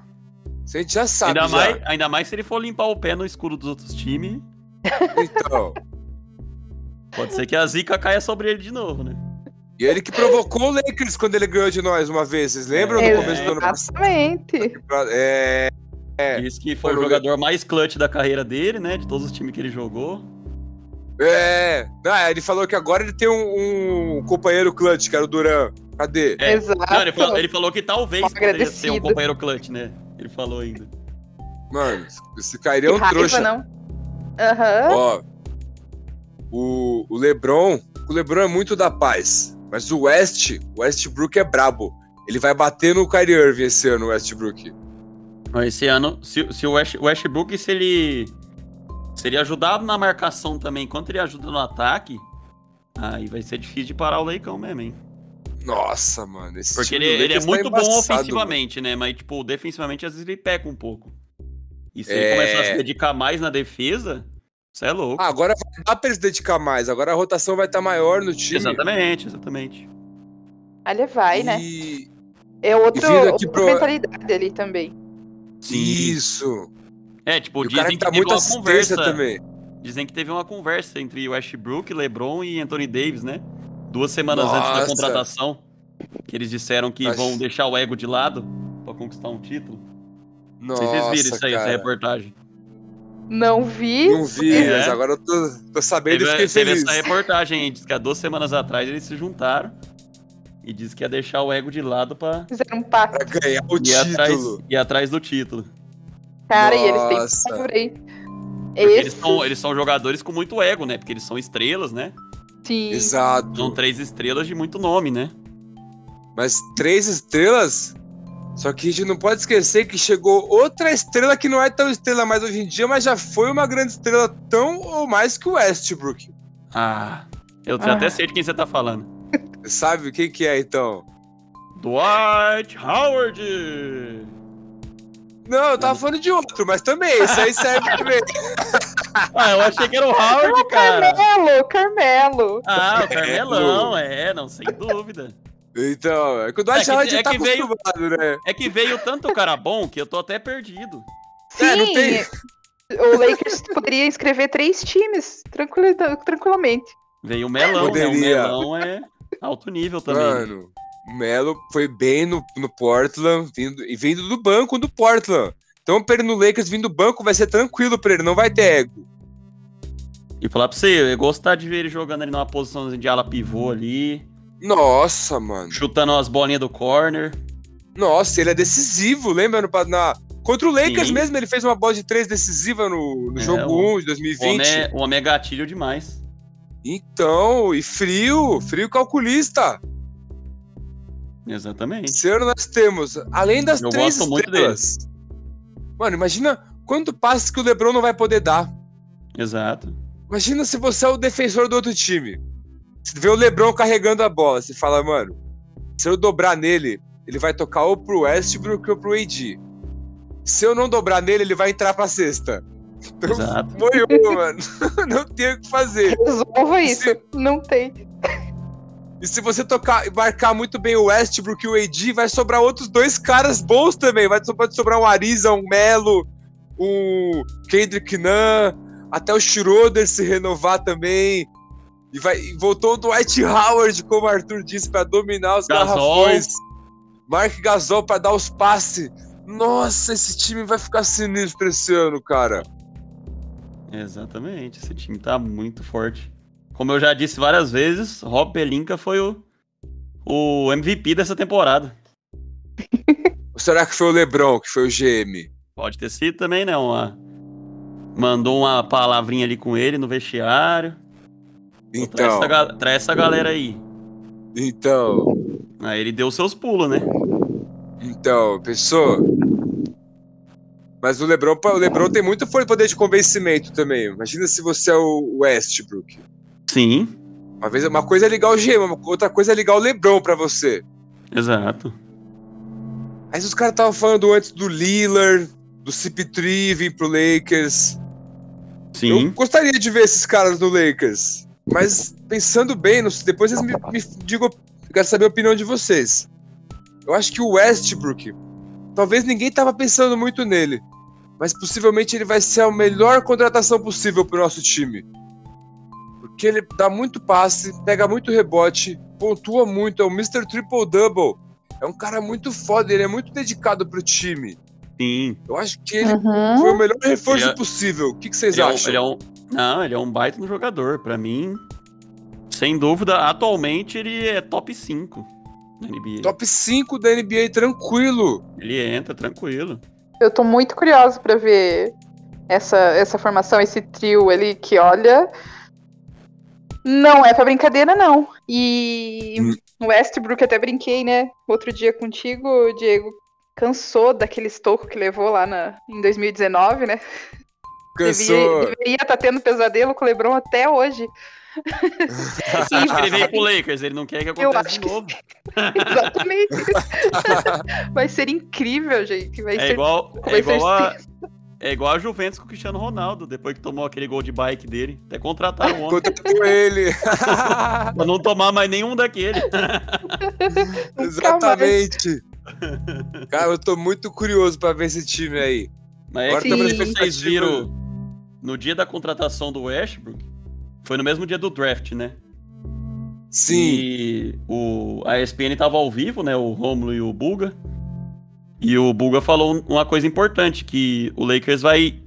A: Isso a gente já sabe.
B: Ainda
A: já.
B: mais, ainda mais se ele for limpar o pé no escuro dos outros times,
A: Então.
B: pode ser que a zica caia sobre ele de novo, né?
A: E ele que provocou o Lakers quando ele ganhou de nós uma vez, vocês lembram?
B: É,
A: no começo do ano passado.
C: Exatamente.
A: É, né?
B: Diz que
A: Foi
B: foi o
A: o
B: jogador mais clutch da carreira dele, né? De todos os times que ele jogou.
A: é. Ah, ele falou que agora ele tem um, um companheiro clutch, que era o Duran. Cadê?
B: É.
C: Exato.
A: Ah,
B: Não, ele, falou, ele falou que talvez
C: Mal
B: poderia ser um
C: agradecido.
B: companheiro clutch, né? Ele falou ainda.
A: Mano, esse Kyrie
C: Que
A: é um
C: raiva,
A: trouxa.
C: não. né? Aham.
A: Ó, o, o LeBron, o LeBron é muito da paz, mas o West, o Westbrook é brabo. Ele vai bater no Kyrie Irving esse ano, o Westbrook.
B: Mas esse ano, se, se o West- o Westbrook, se ele. Se ele ajudar na marcação também, enquanto ele ajuda no ataque, Aí vai ser difícil de parar o Leicão mesmo, hein?
A: Nossa, mano. Esse
B: Porque
A: time
B: ele,
A: do
B: ele é
A: Lakers tá
B: muito bom
A: embaçado,
B: ofensivamente, né? Mas, tipo, defensivamente, às vezes ele peca um pouco. E se ele
A: É.
B: começar a se dedicar mais na defesa, você é louco.
A: Ah, agora vai dar pra eles dedicar mais. Agora a rotação vai estar maior no time.
B: exatamente, exatamente.
C: Ele vai, né?
A: E- tipo,
C: É outro,
A: vindo aqui
C: outra
A: pro-
C: mentalidade ali também.
A: Isso.
B: É, tipo,
A: E o
B: dizem
A: cara
B: que,
A: que tá
B: teve
A: muito
B: uma conversa.
A: assistência também.
B: Dizem que teve uma conversa entre Westbrook, LeBron e Anthony Davis, né? Duas semanas antes da
A: Nossa.
B: contratação. Que eles disseram que
A: Acho-
B: vão deixar o ego de lado pra conquistar um título. Não
A: Nossa,
B: sei se vocês viram isso aí, é essa
A: cara.
B: reportagem.
C: Não vi.
A: Não vi,
C: né?
B: É.
A: mas agora eu tô, tô sabendo
B: Teve,
A: e fiquei
B: teve
A: feliz.
B: essa reportagem aí, diz que há duas semanas atrás eles se juntaram e disse que ia deixar o ego de lado pra
C: Fizeram um pacto,
A: Pra ganhar o
B: ir atrás,
A: título.
B: ir atrás do título.
C: cara, e eles têm
A: Nossa.
C: palavra aí.
B: Porque
C: Esse,
B: eles são, eles são jogadores com muito ego, né? Porque eles são estrelas, né?
C: sim.
A: Exato.
B: São três estrelas de muito nome, né?
A: Mas três estrelas? Só que a gente não pode esquecer que chegou outra estrela que não é tão estrela mais hoje em dia, mas já foi uma grande estrela tão ou mais que o Westbrook.
B: Ah, eu
C: Ah.
B: até sei de quem você tá falando.
A: Sabe quem que é, então?
B: Dwight Howard!
A: Não, eu tava falando de outro, mas também, isso aí serve também.
B: Ah, eu achei que era o
C: Ah,
B: Howard, cara!
C: Carmelo, Carmelo.
B: Ah, o Carmelão, é, não, sem dúvida.
A: Então, é que o
B: É
A: Dwight
B: que-
A: Howard
B: é
A: tá
B: que veio-
A: acostumado, né?
B: É que veio tanto cara bom que eu tô até perdido.
C: Sim.
A: É, não tem-
C: O Lakers poderia inscrever três times tranquila- tranquilamente.
B: Veio o Melão, né? O
A: Poderia.
B: Melão é alto nível também. né?
A: Mano, o Melo foi bem no, no Portland vindo, e vindo do banco do Portland. Então, pra ele no Lakers vindo do banco vai ser tranquilo pra ele, não vai ter ego.
B: E falar pra você, eu ia gostar de ver ele jogando ali numa posição de ala pivô ali,
A: Nossa, mano.
B: chutando umas bolinhas do corner.
A: Nossa, ele é decisivo, lembra? No, pa- na, contra o Lakers
B: Sim.
A: mesmo, ele fez uma bola de três decisiva no, no
B: É,
A: jogo
B: o-
A: 1 de
B: O
A: 2020.
B: homem, é, o homem é gatilho demais.
A: Então, e frio, frio calculista.
B: Exatamente.
A: Esse ano nós temos, além das
B: Eu
A: três
B: gosto muito
A: estrelas. Mano, imagina quanto passe que o LeBron não vai poder dar.
B: Exato.
A: Imagina se você é o defensor do outro time. Você vê o LeBron carregando a bola, você fala, mano, se eu dobrar nele, ele vai tocar ou pro Westbrook ou pro AD. Se eu não dobrar nele, ele vai entrar pra cesta. Então,
B: Exato.
A: Morreu, mano. Não tem o que fazer.
C: Resolva isso. Não tem.
A: E se você tocar e marcar muito bem o Westbrook e o AD, vai sobrar outros dois caras bons também. Vai so- pode sobrar um Ariza, um Melo, um Kendrick Nunn, até o Schroeder se renovar também. E, vai, e voltou o Dwight Howard, como o Arthur disse, pra dominar os
B: Gasol.
A: garrafões. Mark Gasol pra dar os passes. Nossa, esse time vai ficar sinistro esse ano, cara.
B: Exatamente, esse time tá muito forte. Como eu já disse várias vezes, Rob Pelinka foi o, o MVP dessa temporada.
A: Ou será que foi o LeBron, que foi o GM?
B: Pode ter sido também, né? Uma, mandou uma palavrinha ali com ele no vestiário. Pô, Traz,
A: Então,
B: essa, ga- traz essa galera aí.
A: então...
B: Aí ele deu seus pulos, né?
A: Então, pessoa. Mas o LeBron, o LeBron tem muito fo- poder de convencimento também. Imagina se você é o Westbrook.
B: Sim,
A: Uma, vez, uma coisa é ligar o Gema, uma- outra coisa é ligar o LeBron pra você.
B: exato.
A: Aí os caras estavam falando antes do Lillard, do CP3 vir pro Lakers. Eu
B: Sim,
A: gostaria de ver esses caras no Lakers. Mas pensando bem, não sei, depois vocês me, me digam, eu quero saber a opinião de vocês. Eu acho que o Westbrook, talvez ninguém tava pensando muito nele, mas possivelmente ele vai ser a melhor contratação possível pro nosso time. Porque ele dá muito passe, pega muito rebote, pontua muito, é o Mr. Triple Double. É um cara muito foda, ele é muito dedicado pro time.
B: sim.
A: Eu acho que ele
C: Uhum.
A: foi o melhor reforço
B: Ele é-
A: possível. O que, que vocês
B: Ele é, um,
A: acham?
B: ele é um- Não, ele é um baita no jogador. Pra mim, sem dúvida, atualmente ele é top 5 na NBA.
A: Top 5 da NBA, tranquilo.
B: Ele entra tranquilo.
C: Eu tô muito curiosa pra ver essa, essa formação, esse trio ali que olha. Não é pra brincadeira, não. E
A: Hum.
C: o Westbrook até brinquei, né? Outro dia contigo, o Diego cansou daquele estoco que levou lá na, em 2019, né? tá
A: Cansou.
C: Devia estar tendo pesadelo com o Lebron até hoje.
B: Se inscrever pro Lakers, ele não quer que
C: Eu
B: aconteça
C: acho
B: de
C: que
B: novo.
C: exatamente. Vai ser incrível, gente. Vai
B: É
C: ser
B: igual, é
C: vai ser
B: igual a. É igual a Juventus com o Cristiano Ronaldo, depois que tomou aquele gol de bike dele. Até contrataram ontem
A: Contratou ele.
B: pra não tomar mais nenhum daquele.
C: mais.
A: Exatamente. Cara, eu tô muito curioso pra ver esse time aí.
B: Mas é
A: Agora
B: que
C: tá uma
B: se vocês
A: expectativa.
B: viram no dia da contratação do Westbrook, foi no mesmo dia do draft, né?
A: Sim.
B: E o, a ESPN tava ao vivo, né? O Romulo e o Buga. E o Buga falou um- uma coisa importante, que o Lakers vai,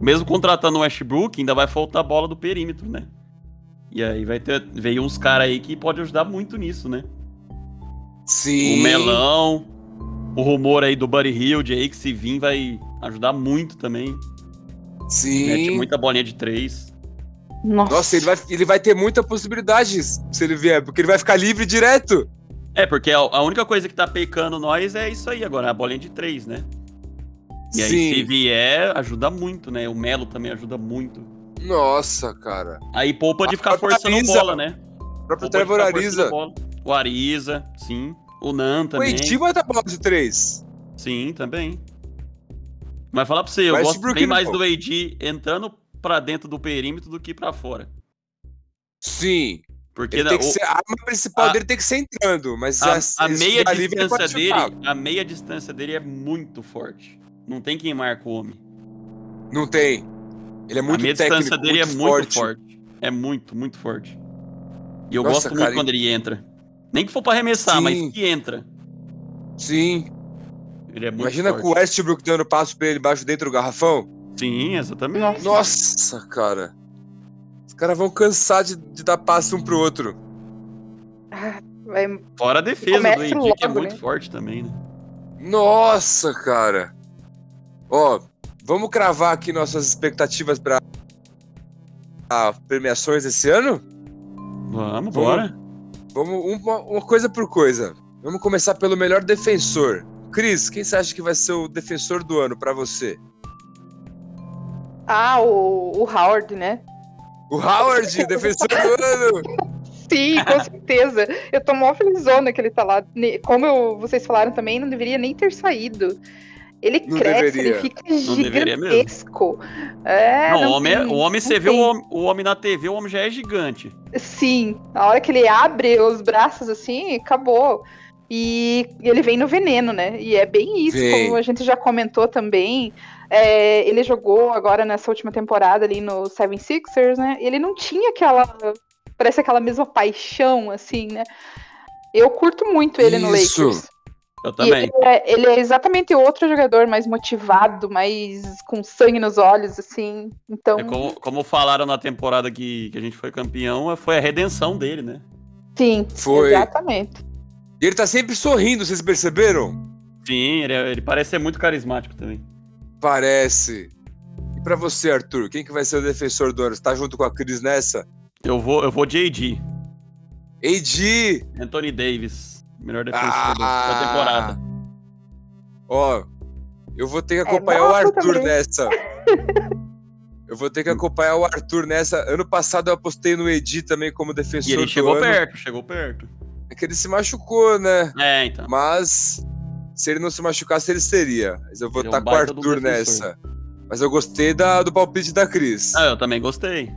B: mesmo contratando o Westbrook, ainda vai faltar bola do perímetro, né? E aí vai ter, veio uns caras aí que pode ajudar muito nisso, né?
A: Sim.
B: O Melão, o rumor aí do Buddy Hilde aí, que se vir vai ajudar muito também. Mete
A: Sim.
B: muita bolinha de três.
C: Nossa,
A: Nossa, ele vai, ele vai ter muita possibilidade se ele vier, porque ele vai ficar livre direto.
B: É, porque a, a única coisa que tá pecando nós é isso aí agora, a bolinha de três, né? E aí, se
A: Sim.
B: vier, ajuda muito, né? O Melo também ajuda muito.
A: Nossa, cara.
B: Aí poupa de ficar
A: A própria
B: forçando
A: Ariza.
B: bola, né?
A: O próprio
B: Poupa de
A: Trevor
B: ficar forçando
A: Ariza.
B: bola. O Ariza, sim. O Nan
A: O
B: também.
A: Eitinho tá bola de três.
B: Sim, também. Mas falar pra você, eu gosto
A: Westbrook
B: bem
A: não.
B: mais do AD entrando pra dentro do perímetro do que pra fora.
A: Sim.
B: Porque
A: Ele
B: na-
A: tem que
B: o-
A: ser, a arma principal
B: a-
A: dele tem que ser entrando, mas
B: a,
A: as-
B: a
A: esse
B: meia
A: lugar livre ele
B: distância
A: pode chutar.
B: dele, a meia distância dele é muito forte. Não tem quem marca o homem.
A: Não tem. Ele é muito
B: a meia
A: técnico,
B: distância dele
A: muito
B: é muito
A: forte.
B: forte. É muito, muito forte. E eu
A: Nossa,
B: gosto
A: cara,
B: muito quando ele entra. Nem que for pra arremessar,
A: Sim.
B: mas que entra.
A: Sim.
B: Ele é muito
A: Imagina
B: forte.
A: com o Westbrook dando passo pra ele embaixo dentro do garrafão.
B: Sim, exatamente.
C: Nossa.
A: Nossa, cara. Os caras vão cansar de, de dar passo um pro outro.
C: vai-
B: Fora a defesa do
C: Começa
B: Edi, que é
C: logo,
B: muito
C: né?
B: forte também, né?
A: Nossa, cara. Ó, vamos cravar aqui nossas expectativas pra pra premiações esse ano?
B: Vamos, bora.
A: Vamos uma, uma coisa por coisa. Vamos começar pelo melhor defensor. Cris, quem você acha que vai ser o defensor do ano pra você?
C: Ah, o, o Howard, né?
A: O Howard, defensor do ano!
C: Sim, com certeza. Eu tô mó felizona que ele tá lá. Ne- Como eu- vocês falaram também, não deveria nem ter saído. Ele
A: Não
C: cresce,
A: deveria.
C: ele fica
B: deveria mesmo.
C: gigantesco. É,
B: Não, o
C: não
B: homem, é-
C: tem-
B: o homem
C: não
B: você vê o
C: tem.
B: homem, o homem na TV, o homem já é gigante.
C: Sim, a hora que ele abre os braços assim, acabou. E ele vem no veneno, né? E é bem isso,
A: Vem.
C: como a gente já comentou também. é, ele jogou agora nessa última temporada ali no Seven Sixers, né? Ele não tinha aquela. Parece aquela mesma paixão, assim, né? Eu curto muito ele no
A: Isso.
C: Lakers.
B: Eu
C: E
B: também.
C: Ele é, ele é exatamente outro jogador, mais motivado, mais com sangue nos olhos, assim. Então,
B: É como, como falaram na temporada que, que a gente foi campeão, é- foi a redenção dele, né?
C: sim,
A: Foi.
C: exatamente.
A: E ele tá sempre sorrindo, vocês perceberam?
B: Sim, ele, é- ele parece ser muito carismático também.
A: Parece. E pra você, Arthur, quem que vai ser o defensor do ano? Você tá junto com a Cris nessa?
B: Eu vou, eu vou de AD,
A: Edi!
B: Anthony Davis, melhor defensor
A: Ah!
B: da da temporada.
A: Ó, eu vou ter que acompanhar o
C: É, nossa
A: Arthur
C: também.
A: nessa. Eu vou ter que acompanhar o Arthur nessa. Ano passado eu apostei no Edi também como
B: E
A: defensor
B: ele
A: do
B: chegou
A: ano.
B: perto, chegou perto.
A: É que ele se machucou, né?
B: É, então.
A: Mas se ele não se machucasse, ele seria. Mas eu vou
B: Ele é um
A: estar com o
B: baita do
A: Arthur
B: defensor.
A: nessa. Mas eu gostei da- do palpite da Cris.
B: Ah, eu também gostei.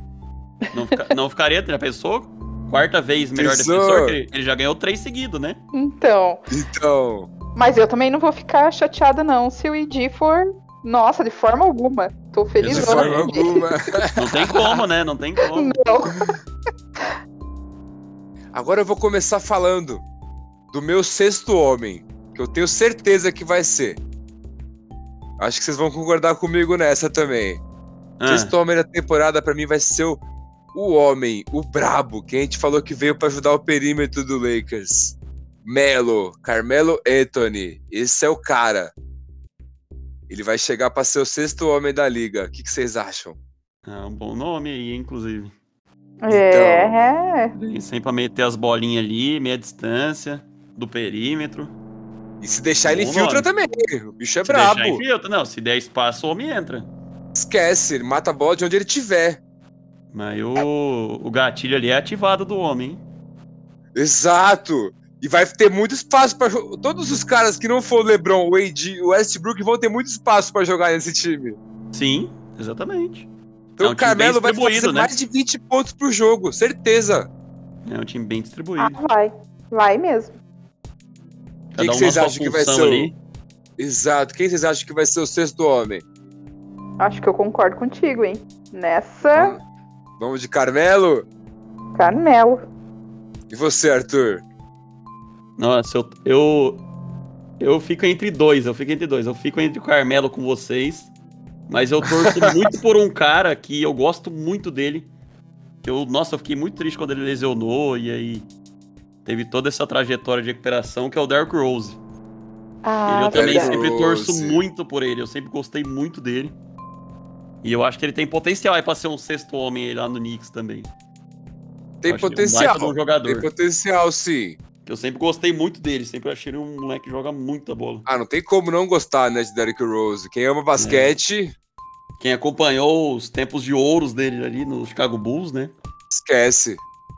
B: Não, fica- não ficaria, já pensou? Quarta vez melhor
A: Pensou?
B: defensor, que ele, ele já ganhou três seguidos, né?
C: Então.
A: Então.
C: Mas eu também não vou ficar chateada, não, se o ID for. Nossa, de forma alguma. Tô feliz
A: De
B: Eles
A: forma
B: vão-
A: alguma. Então.
B: Não tem como, né? Não tem como.
C: Não.
A: Agora eu vou começar falando do meu sexto homem, que eu tenho certeza que vai ser. Acho que vocês vão concordar comigo nessa também.
B: Ah,
A: Sexto homem da temporada pra mim vai ser o, o homem, o brabo, que a gente falou que veio pra ajudar o perímetro do Lakers. Melo, Carmelo Anthony, esse é o cara. Ele vai chegar pra ser o sexto homem da liga. O que, que vocês acham?
B: é um bom nome aí, inclusive.
C: É.
B: Vem sempre pra meter as bolinhas ali, meia distância, do perímetro.
A: E se deixar ele
B: Bom
A: infiltra
B: nome.
A: também. O bicho é
B: Se
A: brabo.
B: deixar infiltra, não. Se der espaço, o homem entra.
A: Esquece, ele mata a bola de onde ele tiver.
B: Mas o, o gatilho ali é ativado do homem, hein?
A: Exato! E vai ter muito espaço para Todos os caras que não for o LeBron, o AD, o Westbrook vão ter muito espaço para jogar nesse time.
B: Sim, exatamente.
A: Então
B: É um
A: o
B: time
A: Carmelo
B: bem
A: vai fazer
B: distribuído, né?
A: mais de 20 pontos por jogo, certeza.
B: É um time bem distribuído.
D: Ah, vai. Vai mesmo.
A: que que vocês acham que vai ser o- Exato. Quem vocês acham que vai ser o sexto homem?
D: Acho que eu concordo contigo, hein?
C: É.
D: Nessa,
A: Vamos de Carmelo?
D: Carmelo.
A: E você, Arthur?
B: Nossa, eu, eu. Eu fico entre dois, eu fico entre dois. Eu fico entre o Carmelo com vocês. Mas eu torço muito por um cara que eu gosto muito dele. Eu, nossa, eu fiquei muito triste quando ele lesionou e aí teve toda essa trajetória de recuperação, que é o Derrick Rose.
D: Ah,
B: eu também
A: verdade.
B: sempre
A: Rose.
B: torço muito por ele, eu sempre gostei muito dele. E eu acho que ele tem potencial aí pra ser um sexto homem aí lá no Knicks também.
A: Tem
B: Acho ele um baita
A: potencial.
B: de um jogador.
A: Tem potencial, sim.
B: Eu sempre gostei muito dele, sempre achei ele um moleque que joga muita bola.
A: Ah, não tem como não gostar, né, de Derrick Rose. Quem ama basquete,
B: É. Quem acompanhou os tempos de ouros dele ali no Chicago Bulls, né?
A: esquece.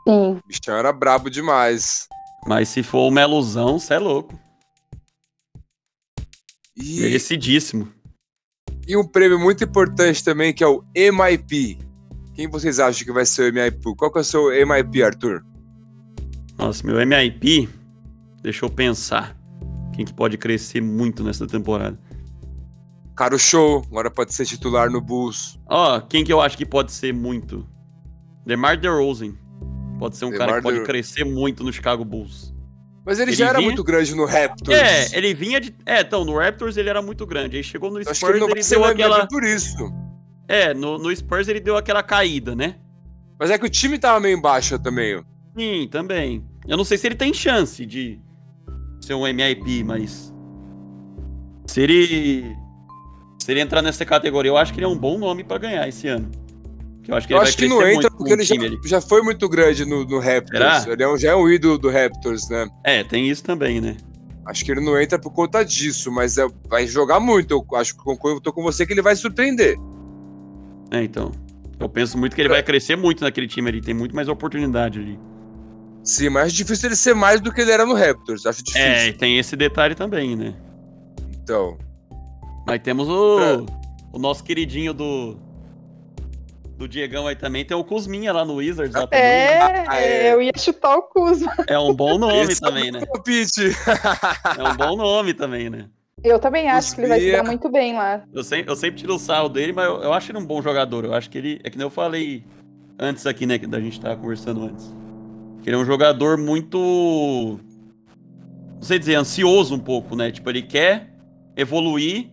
D: Sim.
A: O bichão era brabo demais.
B: Mas se for uma ilusão, cê é louco.
A: E,
B: Merecidíssimo.
A: e um prêmio muito importante também, que é o MIP. Quem vocês acham que vai ser o MIP? Qual que é o seu MIP, Arthur?
B: Nossa, meu MIP, deixa eu pensar. Quem que pode crescer muito nessa temporada?
A: Caro Show, agora pode ser titular no Bulls.
B: Ó, quem que eu acho que pode ser muito? DeMar DeRozan. Pode ser um cara
A: DeMar
B: que pode
A: DeRozan.
B: crescer muito no Chicago Bulls.
A: Mas ele,
B: Ele
A: já era
B: vinha-
A: muito grande no Raptors.
B: É, ele vinha de... É, então, no Raptors ele era muito grande. Aí chegou no
A: Eu
B: Spurs,
A: acho que ele não vai
B: ele
A: ser
B: deu
A: o
B: aquela...
A: MVP por isso.
B: É, no, no Spurs ele deu aquela caída, né?
A: Mas é que o time tava meio em baixa também. ó.
B: Sim, também. Eu não sei se ele tem chance de ser um MIP, mas. Se ele. Se ele entrar nessa categoria, eu acho que ele é um bom nome pra ganhar esse ano. Que eu acho que
A: Eu
B: ele vai
A: acho que não
B: crescer
A: entra
B: muito
A: porque
B: com
A: ele
B: o
A: já,
B: time ali.
A: já foi muito grande no, no Raptors.
B: Será?
A: Ele é um- já é um ídolo do Raptors, né?
B: É, tem isso também, né?
A: Acho que ele não entra por conta disso, mas é- vai jogar muito. Eu acho que concordo, eu tô com você que ele vai surpreender.
B: É, então. Eu penso muito que
A: É.
B: ele vai crescer muito naquele time ali. Tem muito mais oportunidade ali.
A: Sim, mas acho difícil ele ser mais do que ele era no Raptors. Acho difícil.
B: É, e tem esse detalhe também, né?
A: Então,
B: Mas temos o. O nosso queridinho do. Do Diegão aí também. Tem o Cusminha lá no Wizards lá também.
D: É,
A: Ah, é.
D: eu ia chutar o Kuzma.
B: É um bom nome
A: Esse é o
B: também, né?
A: palpite.
B: É um bom nome também, né?
D: Eu também acho que ele vai se
A: Kuzminha.
D: dar muito bem lá.
B: Eu, sem- eu sempre tiro o sarro dele, mas eu, eu acho ele um bom jogador. Eu acho que ele. É que nem eu falei antes aqui, né? Que da gente tava conversando antes. Que ele é um jogador muito. Não sei dizer, ansioso um pouco, né? Tipo, ele quer evoluir,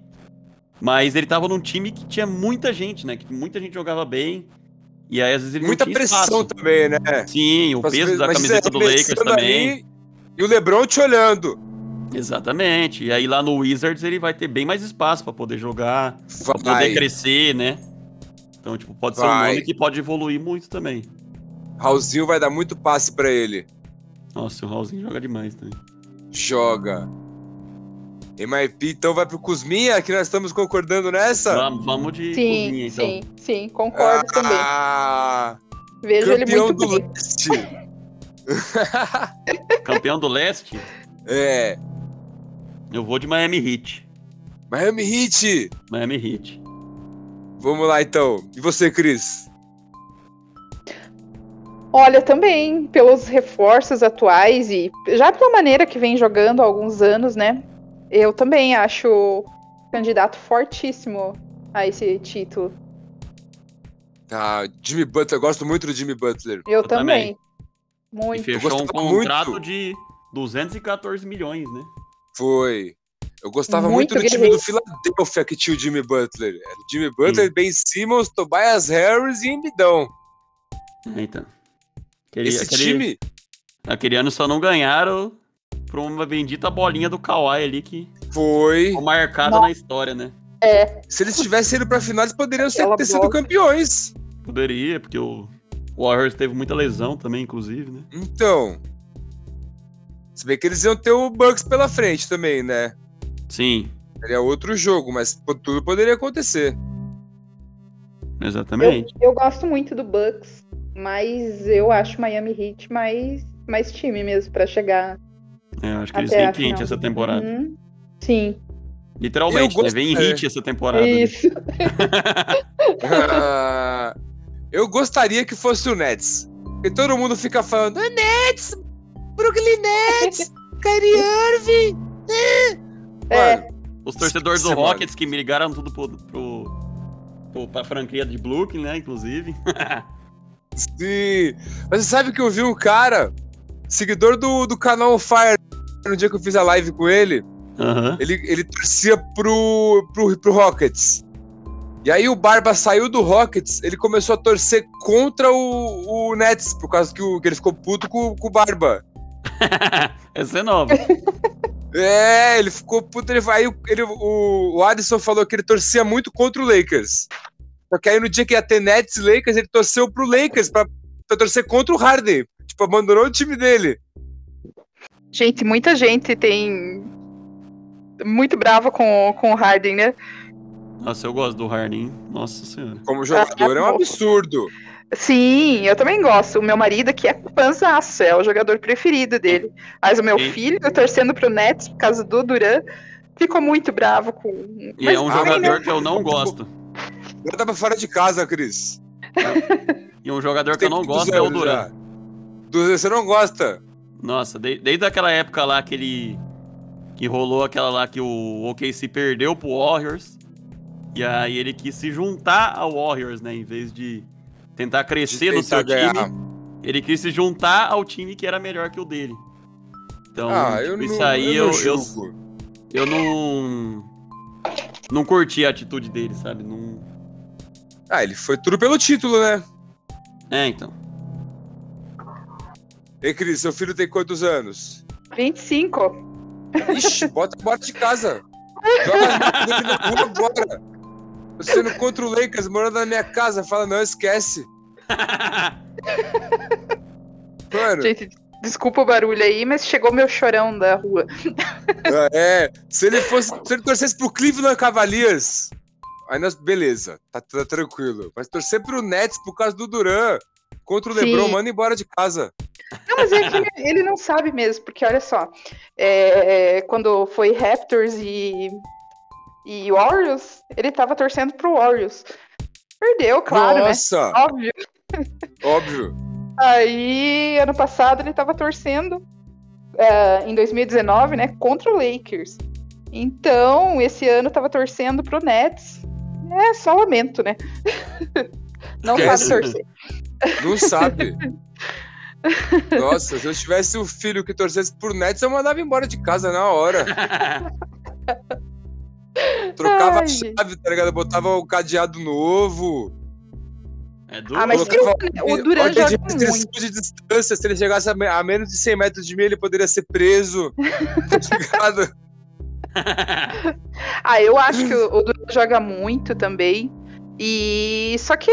B: mas ele tava num time que tinha muita gente, né? Que muita gente jogava bem. E aí, às vezes, ele
A: Muita
B: não tinha
A: pressão
B: espaço.
A: também, né?
B: Sim, o
A: Mas-
B: peso da
A: mas é,
B: camiseta
A: você
B: do Lakers
A: arremessando
B: também.
A: ali E o LeBron te olhando.
B: Exatamente. E aí lá no Wizards ele vai ter bem mais espaço pra poder jogar, pra poder
A: Vai.
B: crescer, né? Então, tipo, pode ser um
A: Vai.
B: nome que pode evoluir muito também.
A: Raulzinho vai dar muito passe pra ele.
B: Nossa, o Raulzinho joga demais né? também.
A: Joga. MIP, então vai pro Cusminha, que nós estamos concordando nessa?
B: Vamos, vamos de
D: Sim,
B: cozinha, então.
D: sim, sim. Concordo também.
A: ah,
D: Vejo ele
A: campeão
D: muito
A: do
D: bem.
A: leste.
B: Campeão do leste,
A: é,
B: eu vou de Miami Heat.
A: Miami Heat.
B: Miami Heat.
A: Vamos lá então. E você, Cris?
D: Olha, também pelos reforços atuais e já pela maneira que vem jogando há alguns anos, né? Eu também acho candidato fortíssimo a esse título.
A: Tá, Jimmy Butler, eu gosto muito do Jimmy Butler.
D: Eu,
B: Eu também.
D: também.
B: E
D: Muito.
B: fechou um
A: gostava
B: contrato
A: muito.
B: de 214 milhões, né?
A: Foi. Eu gostava
D: Muito
A: muito, do time
D: guerreiro.
A: do Philadelphia que tinha o Jimmy Butler. Era o Jimmy Butler, Ben Simmons, Tobias Harris e Embidão.
B: É, Então. Aquele,
A: Esse
B: aquele-
A: time
B: aquele ano só não ganharam por uma bendita bolinha do Kawhi ali que
A: foi.
B: ficou marcada
D: Nossa.
B: na história, né?
D: É,
A: Se eles tivessem ido pra final, eles poderiam ser-
D: Aquela
A: ter sido
D: bola.
A: campeões.
B: Poderia, porque o o Warriors teve muita lesão também, inclusive, né?
A: Então. Se bem que eles iam ter o Bucks pela frente também, né?
B: Sim.
A: Seria outro jogo, mas pô, tudo poderia acontecer.
B: Exatamente.
D: Eu, eu gosto muito do Bucks, mas eu acho Miami Heat mais, mais time mesmo pra chegar.
B: É, eu acho que eles
D: Até
B: vêm
D: a final.
B: quente essa temporada.
D: Hum, sim,
A: Eu
B: Literalmente, né?
A: gosto-
B: Vem em hit essa temporada. né?
D: isso.
A: Ah, eu gostaria que fosse o Nets. Porque todo mundo fica falando, "Ah, Nets! Brooklyn Nets! Kyrie Irving!
D: É.
A: Mano,
B: Os torcedores do
A: Semana.
B: Rockets que me ligaram tudo pro, pro, pro, pra franquia de Brooklyn, né? Inclusive.
A: sim. Mas você sabe que eu vi um cara, seguidor do, do canal On Fire, no dia que eu fiz a live com ele,
B: Aham.
A: Ele, ele torcia pro, pro, pro Rockets. E aí o Barba saiu do Rockets, ele começou a torcer contra o, o Nets, por causa que, o, que ele ficou puto com, com o Barba.
B: essa é nova.
A: É, ele ficou puto, ele, aí o- ele, o, o Addison falou que ele torcia muito contra o Lakers. Só que aí no dia que ia ter Nets e Lakers, ele torceu pro Lakers pra, pra torcer contra o Harden. Tipo, abandonou o time dele.
C: Gente, muita gente tem. Muito brava com, o- com o Harden, né?
B: Nossa, eu gosto do Harden. hein? Nossa senhora.
A: Como jogador, é um absurdo.
C: Sim, eu também gosto. O meu marido aqui é panzaço, é o jogador preferido dele. Mas o meu
B: E-
C: filho, torcendo pro Nets por causa do Duran, ficou muito bravo com.
B: E
C: Mas
B: é um
A: Ah,
B: jogador
A: mas-
B: que eu não gosto.
A: Bota tá pra fora de casa, Cris.
B: E um jogador que
A: Tem
B: eu não
A: muitos
B: gosto é o
A: anos
B: Duran.
A: já. Duran, Você não gosta?
B: Nossa, de- desde aquela época lá que ele. Que rolou aquela lá que o OKC perdeu pro Warriors. E aí ele quis se juntar ao Warriors, né? Em vez de tentar crescer no
A: tentar
B: seu time. então,
A: ganhar.
B: Ele quis se juntar ao time que era melhor que o dele. Então,
A: Ah,
B: tipo,
A: eu não,
B: isso aí
A: eu
B: eu,
A: não
B: eu,
A: julgo.
B: eu não. Não curti a atitude dele, sabe? Não...
A: Ah, ele foi tudo pelo título, né?
B: É, então.
A: Ei, Cris, seu filho tem quantos anos?
C: 25.
A: Ixi, bota bora de casa. Joga as malas dele na rua agora. Você não contra o Lakers, morando na minha casa. Fala, não, esquece. Mano,
C: Gente, desculpa o barulho aí, mas chegou meu chorão da rua.
A: é. Se ele fosse. Se ele torcesse pro Cleveland Cavaliers. Aí nós, beleza, tá, tá tranquilo. Mas torcer pro Nets por causa do Duran contra o
C: Sim.
A: Lebron, manda embora de casa.
C: Não, mas é que ele, ele não sabe mesmo, porque olha só, é, é, quando foi Raptors e, e Warriors, ele tava torcendo pro Warriors. Perdeu, claro, né?
A: Nossa,
C: Óbvio.
A: óbvio.
C: Aí, ano passado, ele tava torcendo, é, em 2019, né, contra o Lakers. Então, esse ano tava torcendo pro Nets. É, só lamento, né? Não sabe
A: Esquece.
C: torcer.
A: Não sabe. Nossa, se eu tivesse um filho que torcesse por Nets, eu mandava embora de casa na hora. Trocava
C: Ai,
A: a chave, tá ligado? Botava o cadeado novo.
B: é duro.
C: Ah, mas
A: Colocava
C: queria- o Duran
A: ordem
C: joga
A: de restrição
C: muito.
A: de distância. Se ele chegasse a me- a menos de 100 metros de mim, ele poderia ser preso. Tá ligado?
C: Ah, eu acho que o o Duran joga muito também. E só que,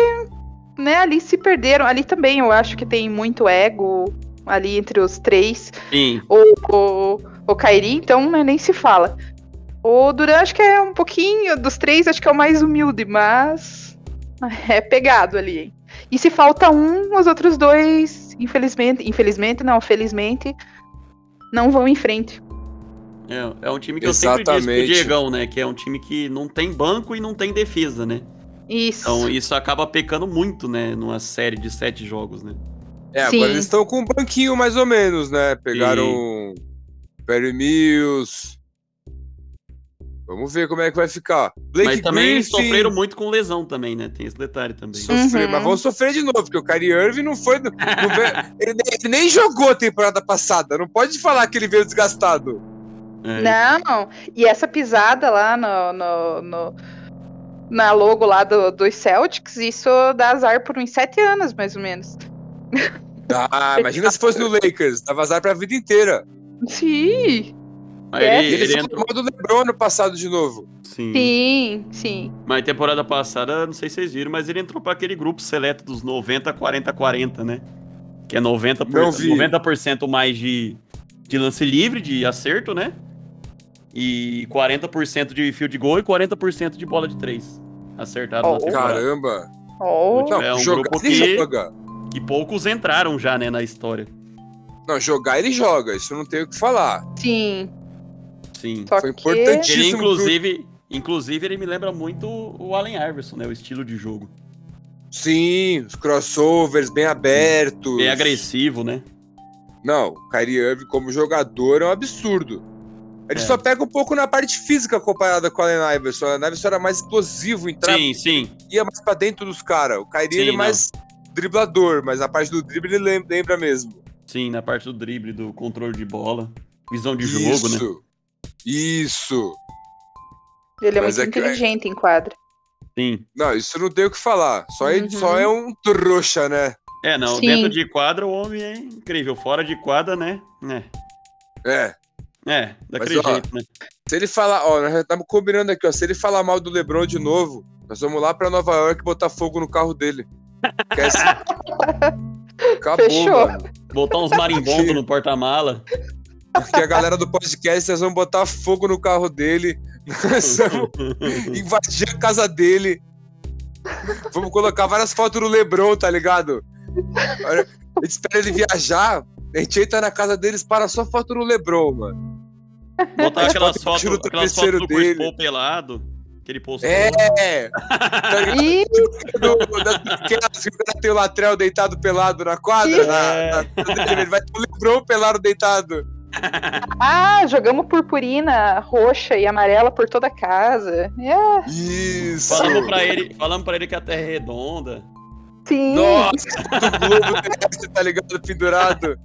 C: né, ali se perderam. Ali também eu acho que tem muito ego ali entre os três.
B: Sim.
C: O, o, o Kairi, então, né, nem se fala. O Duran acho que é um pouquinho dos três, acho que é o mais humilde, mas é pegado ali. hein. E se falta um, os outros dois, infelizmente, infelizmente não, felizmente, não vão em frente.
B: É, é um time que eu sempre disse
A: Exatamente.
B: pro Diegão, né? Que é um time que não tem banco e não tem defesa, né?
C: Isso.
B: Então isso acaba pecando muito, né? Numa série de sete jogos, né?
A: É,
C: Sim.
A: agora eles estão com um banquinho mais ou menos, né? Pegaram Perry Mills. Vamos ver como é que vai ficar. Blake
B: mas também
A: Griffin.
B: sofreram muito com lesão também, né? Tem esse detalhe também.
A: Sofrer,
C: Uhum.
A: mas vão sofrer de novo, porque o Kyrie Irving não foi. não veio- ele, nem, ele nem jogou a temporada passada. Não pode falar que ele veio desgastado.
B: É.
C: Não, e essa pisada lá no, no- no- na logo lá do- dos Celtics, isso dá azar por uns sete anos, mais ou menos.
A: Ah, imagina se fosse no Lakers. Dava azar pra vida inteira.
C: Sim,
B: Aí
C: É.
A: E
B: ele,
A: ele
B: ele
A: ficou
B: entrou.
A: do modo Lebron no passado de novo.
B: Sim.
C: sim, sim.
B: Mas temporada passada, não sei se vocês viram, mas ele entrou pra aquele grupo seleto dos 90, 40, 40, né? Que é 90%,
A: Não vi.
B: 90 mais de, de lance livre, de acerto, né? E 40% de field goal e 40% de bola de três. Acertado na
C: Oh.
B: temporada.
A: Caramba.
C: Oh.
B: Não,
A: Não,
B: é um
A: jogar
B: grupo
A: ele
B: que-
A: joga.
B: E poucos entraram já, né, na história.
A: Não, jogar ele joga, isso não tem o que falar.
C: Sim.
B: Sim.
C: Só
A: Foi
C: que-
A: importantíssimo.
B: Ele,
A: pro-
B: inclusive, inclusive, ele me lembra muito o Allen Iverson, né? O estilo de jogo.
A: Sim, os crossovers bem abertos.
B: Bem agressivo, né?
A: Não, o Kyrie Irving como jogador é um absurdo. Ele
B: É.
A: só pega um pouco na parte física comparada com o Allen Iverson. O Allen Iverson era mais explosivo, entrava,
B: Sim, sim.
A: ia mais pra dentro dos caras. O Kyrie
B: Sim,
A: ele é
B: não.
A: mais driblador, mas a parte do drible ele lem- lembra mesmo.
B: Sim, na parte do drible, do controle de bola. Visão de
A: Isso.
B: jogo, né?
A: Isso.
C: Ele é
A: Mas
C: muito
A: é que-
C: inteligente em quadra.
B: Sim.
A: Não, isso não tem o que falar. Só, é-
C: Uhum.
A: só é um trouxa, né?
B: É, não.
C: Sim.
B: Dentro de quadra, o homem é incrível. Fora de quadra, né? É.
A: É.
B: É, daquele
A: Mas, ó,
B: jeito, né?
A: Se ele falar, ó, nós já estamos combinando aqui, ó. Se ele falar mal do Lebron de novo, nós vamos lá pra Nova York botar fogo no carro dele. Esquece. Acabou,
C: Fechou.
A: mano.
B: Botar uns marimbondos no porta-mala.
A: Porque a galera do podcast, nós vamos botar fogo no carro dele. Nós vamos invadir a casa dele. Vamos colocar várias fotos do Lebron, tá ligado? Olha, A gente espera ele viajar, a gente entra na casa deles para só foto do Lebron, mano.
B: Botar aquelas
A: Bota o tiro
B: fotos
A: do
B: aquelas
A: terceiro
B: fotos do Chris
A: dele.
B: Paul pelado. Que ele postou.
A: É! Tá ligado?
C: Ih,
A: Do- da- Daquelas que o cara tem o Latrell deitado pelado na
B: É,
A: quadra, na, na- ele vai ter o Lebron pelado deitado.
C: ah, jogamos purpurina roxa e amarela por toda a casa. É,
A: Isso!
B: Falando pra, ele, falando pra ele que a terra é redonda.
C: sim.
A: Nossa, do Globo terrestre, tá ligado? Pendurado.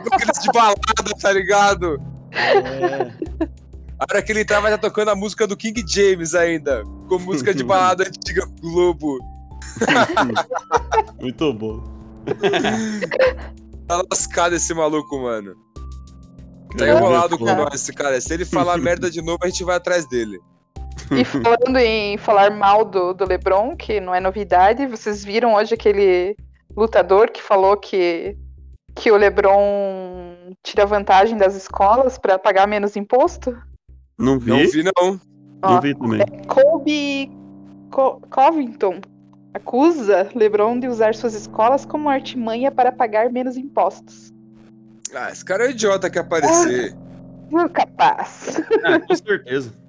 A: Tipo aqueles de balada, tá ligado?
B: É,
A: A hora que ele entrar vai estar tocando a música do King James ainda. Com música de balada antiga Globo.
B: muito bom.
A: Tá lascado esse maluco, mano. Tá
B: Cara,
A: enrolado com
B: foda.
A: nós, esse cara. Se ele falar merda de novo, a gente vai atrás dele.
C: E falando em falar mal do, do LeBron, que não é novidade, vocês viram hoje aquele lutador que falou que, que o LeBron tira vantagem das escolas para pagar menos imposto?
B: Não vi,
A: Não vi, não.
B: não
C: Ó,
B: vi também.
C: Kobe Co- Covington acusa LeBron de usar suas escolas como artimanha para pagar menos impostos.
A: Ah, esse cara é um idiota que
C: Ah,
A: aparecer.
C: Não Hum, capaz.
B: Ah, com certeza.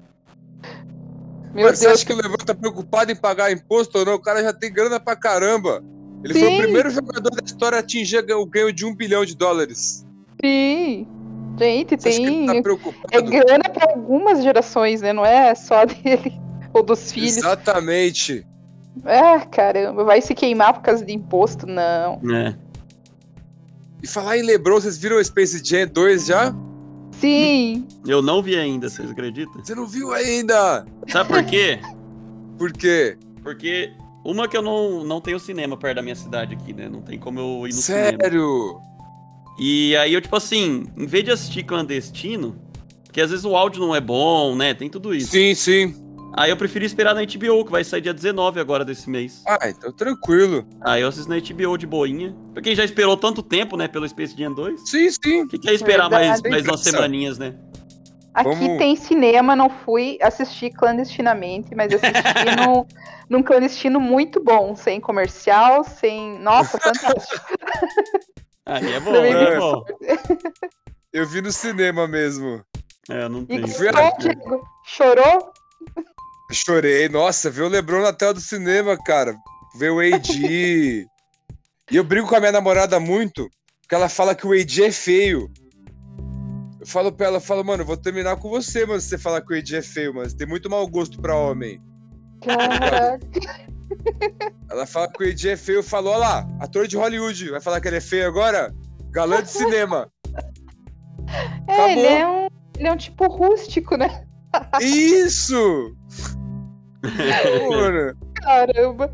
C: Meu
A: Mano, você
C: Deus,
A: acha que o Lebron tá preocupado em pagar imposto ou não? O cara já tem grana pra caramba. Ele foi
C: Sim.
A: o primeiro jogador da história a atingir o ganho de um bilhão de dólares.
C: sim. Gente,
A: Você acha que ele
C: tem
A: tá
C: É
A: preocupado?
C: grana para algumas gerações, né? Não é só dele ou dos filhos.
A: Exatamente.
C: Ah, caramba, vai se queimar por causa de imposto? Não.
B: É.
A: E falar em Lebron, vocês viram o Space Jam 2 já?
C: Sim.
B: Eu não vi ainda, vocês acreditam?
A: Você não viu ainda?
B: Sabe por quê?
A: Por quê?
B: Porque uma que eu não, não tenho cinema perto da minha cidade aqui, né? Não tem como eu ir no cinema.
A: Sério?
B: E aí eu, tipo assim, em vez de assistir clandestino, porque às vezes o áudio não é bom, né? Tem tudo isso.
A: Sim, sim.
B: Aí eu preferi esperar na HBO, que vai sair dia 19 agora desse mês.
A: Ah, então tranquilo.
B: Aí eu assisto na HBO de boinha. Pra quem já esperou tanto tempo, né, pelo Space Jam 2.
A: Sim, sim.
B: O que, que é esperar mais,
C: Verdade.
B: mais umas
A: Nossa.
B: semaninhas, né?
C: Aqui
A: Vamos-
C: tem cinema, não fui assistir clandestinamente, mas assisti num, num clandestino muito bom, sem comercial, sem. Nossa, fantástico.
B: Aí é bom,
C: Também
B: né?
A: vi.
B: É bom.
A: Eu vi no cinema mesmo.
B: É, não
C: E
B: tem.
A: Fui
C: chorou, Diego? Chorou?
A: Chorei. Nossa, ver o Lebron na tela do cinema, cara. Ver o AD. e eu brigo com a minha namorada muito, porque ela fala que o AD é feio. Eu falo pra ela, eu falo, mano, eu vou terminar com você, mano, se você falar que o AD é feio, mano. Você tem muito mau gosto pra homem.
C: Caraca.
A: Ela fala que o AJ é feio, falou, ó lá, ator de Hollywood, vai falar que ele é feio agora? Galã de cinema.
C: É, ele é um. Ele é um tipo rústico, né?
A: Isso! Pô, mano,
C: Caramba.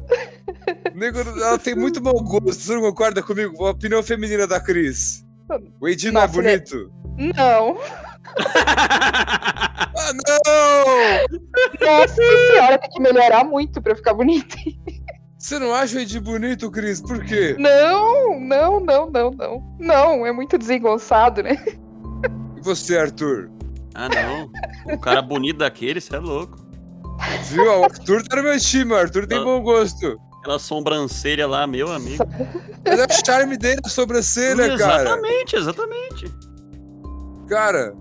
A: o nego, ela tem muito mau gosto, você não concorda comigo? A opinião feminina da Cris. O AJ não é
C: Nossa,
A: bonito?
C: Não.
A: Ah, não!
C: Nossa senhora, tem que melhorar muito pra ficar bonita.
A: Você não acha o AJ bonito, Cris? Por quê?
C: Não, não, não, não, não. Não, é muito desengonçado, né?
A: E você, Arthur?
B: ah, não. O cara bonito daquele, você é louco.
A: Viu? O Arthur tá no meu time, o Arthur tem
B: Ah.
A: bom gosto.
B: Aquela sobrancelha lá, meu amigo.
A: Mas é o charme dele, a sobrancelha, cara.
B: exatamente, exatamente.
A: Cara,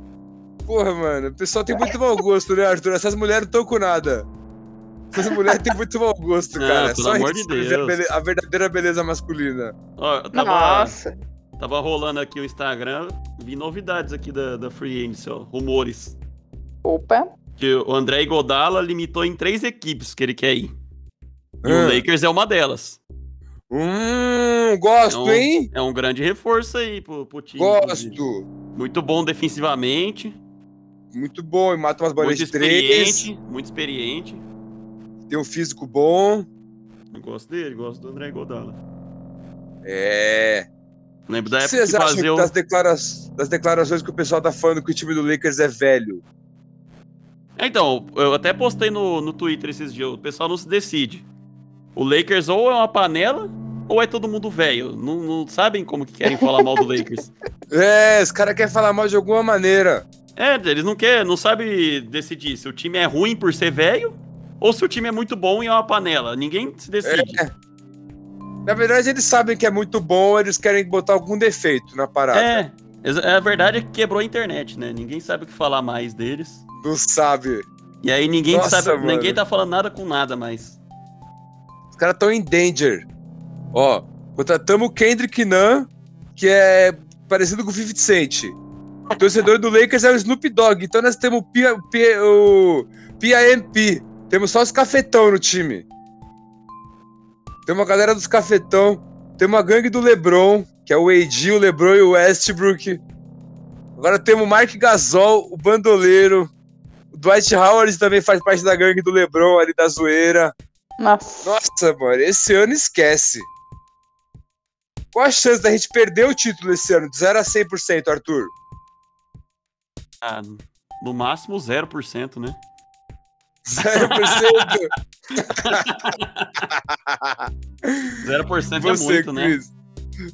A: porra, mano, o pessoal tem muito mau gosto, né, Arthur? Essas mulheres não estão com nada. Essas mulheres têm muito mau gosto,
B: Não,
A: cara. É
B: pelo
A: Só
B: amor
A: isso que
B: de
A: vê a
B: Deus.
A: bele- a verdadeira beleza masculina.
B: Ó, eu
A: Tá
B: tava,
C: Nossa.
B: tava rolando aqui o Instagram, vi novidades aqui da, da Free Games, ó, rumores.
C: Opa.
B: Que o André Godala limitou em três equipes que ele quer ir. E
A: Ah.
B: o Lakers é uma delas.
A: Hum, gosto,
B: Então,
A: hein?
B: É um grande reforço aí pro, pro time. inclusive.
A: Gosto.
B: Muito bom defensivamente.
A: Muito bom, e mata umas bolinhas
B: Muito
A: de três.
B: experiente. Muito experiente.
A: Tem um físico bom.
B: Eu gosto dele, gosto do André Godala.
A: É.
B: Lembro
A: O
B: da
A: que tá
B: época
A: vocês
B: que
A: acham
B: fazia o...
A: das, declara- das declarações que o pessoal tá falando que o time do Lakers é velho?
B: É, Então, eu até postei no, no Twitter esses dias, o pessoal não se decide. O Lakers ou é uma panela, ou é todo mundo velho. Não, não sabem como que querem falar mal do Lakers.
A: É, os caras querem falar mal de alguma maneira.
B: É, eles não querem, não sabem decidir se o time é ruim por ser velho, ou se o time é muito bom e é uma panela. Ninguém se
A: É
B: decide.
A: Na verdade, eles sabem que é muito bom, eles querem botar algum defeito na parada.
B: É, exa- a verdade é que quebrou a internet, né? Ninguém sabe o que falar mais deles.
A: Não sabe.
B: E aí ninguém
A: Nossa,
B: sabe,
A: mano.
B: ninguém tá falando nada com nada mais.
A: Os caras estão em danger. Ó, contratamos o Kendrick Nunn, que é parecido com o 50 Cent. O torcedor do Lakers é o Snoop Dogg, então nós temos o P- o P- o PIMP. Temos só os cafetão no time. Tem uma galera dos cafetão. Tem uma gangue do LeBron, que é o AD, o LeBron e o Westbrook. Agora temos o Mark Gasol, o bandoleiro. O Dwight Howard também faz parte da gangue do LeBron ali da zoeira.
C: Nossa.
A: Nossa, mano, esse ano esquece. Qual a chance da gente perder o título esse ano? De 0 a 100%, Arthur.
B: Ah, no máximo 0%, né?
A: 0%.
B: 0% é
A: Você,
B: muito, né?
A: Cris.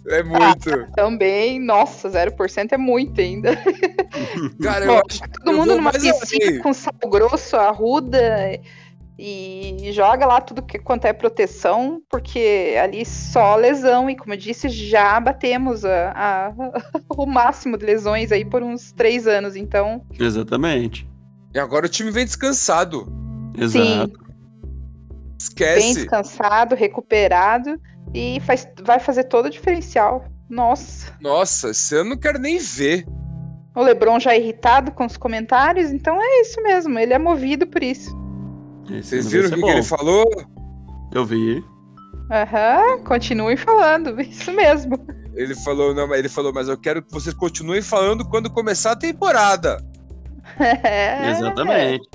A: É muito.
C: Também. Nossa, 0% é muito ainda.
A: Cara,
C: Bom,
A: eu acho que
C: Todo
A: eu
C: mundo
A: vou
C: numa
A: mais assim.
C: piscina
A: além.
C: com sal grosso, arruda e joga lá tudo que quanto é proteção, porque ali só lesão e como eu disse, já batemos a- a- o máximo de lesões aí por uns três anos, então
B: Exatamente.
A: E agora o time vem descansado.
B: Exato.
C: bem
A: Esquece.
C: descansado, recuperado e faz- vai fazer todo o diferencial. Nossa,
A: Nossa, esse ano eu não quero nem ver.
C: o Lebron já é irritado com os comentários, então é isso mesmo, ele é movido por isso.
A: Vocês
B: Esse ano
A: viram o
B: vai
A: que,
B: ser
A: que ele
B: bom.
A: falou?
B: Eu vi.
C: Aham, continuem falando, isso mesmo.
A: Ele falou, não, mas ele falou, mas eu quero que vocês continuem falando quando começar a temporada.
C: É,
B: Exatamente.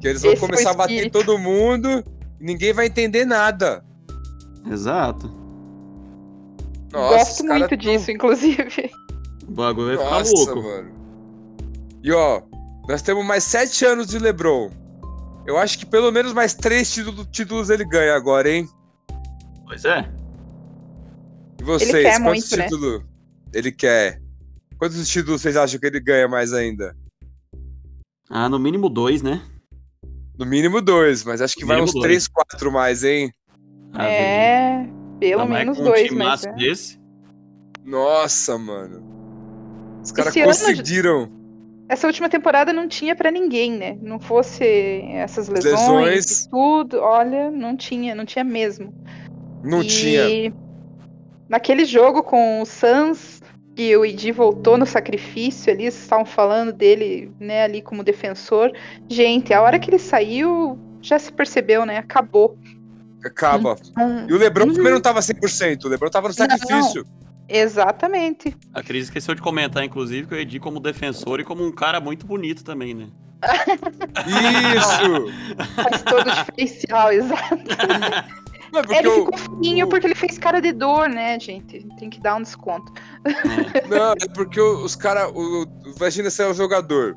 A: Que eles vão
C: Esse foi o
A: começar a bater em
C: espírito.
A: todo mundo e ninguém vai entender nada.
B: Exato.
A: Nossa,
C: Gosto
A: os é caras
C: muito disso, inclusive.
B: O bagulho vai ficar
A: Nossa,
B: louco.
A: mano. E ó, nós temos mais sete anos de LeBron. Eu acho que pelo menos mais três título- títulos ele ganha agora, hein?
B: Pois é.
A: E vocês, quantos
C: quer muito, né?
A: títulos ele quer? Quantos títulos vocês acham que ele ganha mais ainda?
B: Ah, no mínimo dois, né?
A: No mínimo dois, mas acho que
B: No
A: vai
B: mínimo
A: uns
B: dois.
A: três, quatro mais, hein?
B: Ah, velho.
C: é, pelo
B: Ainda mais
C: menos
B: com
C: dois,
B: um
C: mas.
B: timaço
C: é.
B: desse.
A: Nossa, mano. Os caras
C: Esse ano-
A: conseguiram
C: Essa última temporada não tinha pra ninguém, né? Não fosse essas lesões,
A: Lesões.
C: e tudo, olha, não tinha, não tinha mesmo.
A: não
C: e
A: tinha.
C: naquele jogo com o Suns, que o Idi voltou no sacrifício ali, vocês estavam falando dele, né, ali como defensor. Gente, a hora que ele saiu, já se percebeu, né? Acabou.
A: Acaba.
C: Não-
A: E o LeBron
C: Uhum.
A: primeiro não tava 100%, o LeBron tava no sacrifício.
C: Exatamente.
B: A Cris esqueceu de comentar, inclusive, que eu Edi como defensor e como um cara muito bonito também, né?
A: Isso!
C: Faz todo o diferencial, exato.
A: Não,
C: É,
A: porque
C: ele
A: o-
C: ficou fininho
A: o-
C: porque ele fez cara de dor, né, gente? Tem que dar um desconto.
B: É.
A: Não, é porque o- os caras. Imagina você é um jogador.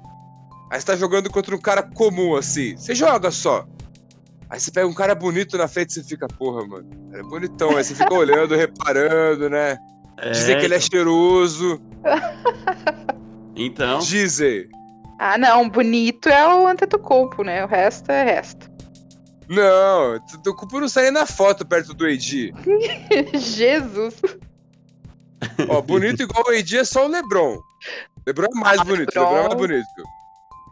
A: Aí você tá jogando contra um cara comum, assim. Você joga só. Aí você pega um cara bonito na frente e você fica, porra, mano. o cara é bonitão. Aí você fica olhando, reparando, né? Dizem que ele é cheiroso.
D: Então?
B: Então,
A: Dizem.
C: Ah, não, bonito é o Antetokounmpo, né? O resto é resto.
A: Não, tô com não sair na foto perto do Edi.
D: Jesus.
A: Ó, bonito igual o Edi é só o Lebron. Lebron é mais
D: Ah,
A: bonito,
D: Lebron.
A: Lebron é mais bonito.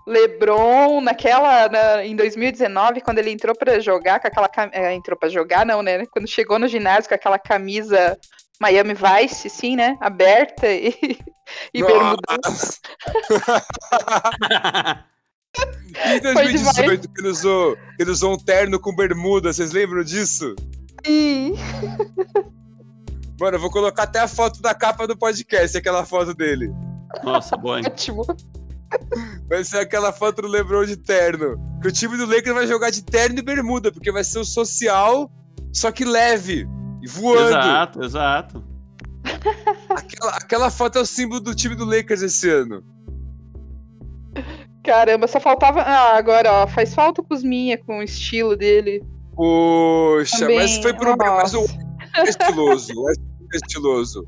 D: LeBron, naquela, na- em 2019, quando ele entrou pra jogar com aquela cam- eh, entrou pra jogar não, né? Quando chegou no ginásio com aquela camisa Miami Vice, sim, né? Aberta e, e bermuda.
A: Nossa. Em 2018, que ele, usou, que ele usou um terno com bermuda, vocês lembram disso?
D: Sim.
A: Mano, eu vou colocar até a foto da capa do podcast, aquela foto dele.
B: Nossa, bom. hein?
D: Ótimo.
A: Vai ser aquela foto do Lebron de terno. Que o time do Lakers vai jogar de terno e bermuda, porque vai ser o social, só que leve e voando.
B: Exato, exato.
A: Aquela, aquela foto é o símbolo do time do Lakers esse ano.
D: Caramba, só faltava. Ah, agora, ó, faz falta o Cusminha com o estilo dele.
A: Poxa, mas
D: Também,
A: foi por um mas o
D: nossa.
A: é estiloso, o Westbrook é estiloso.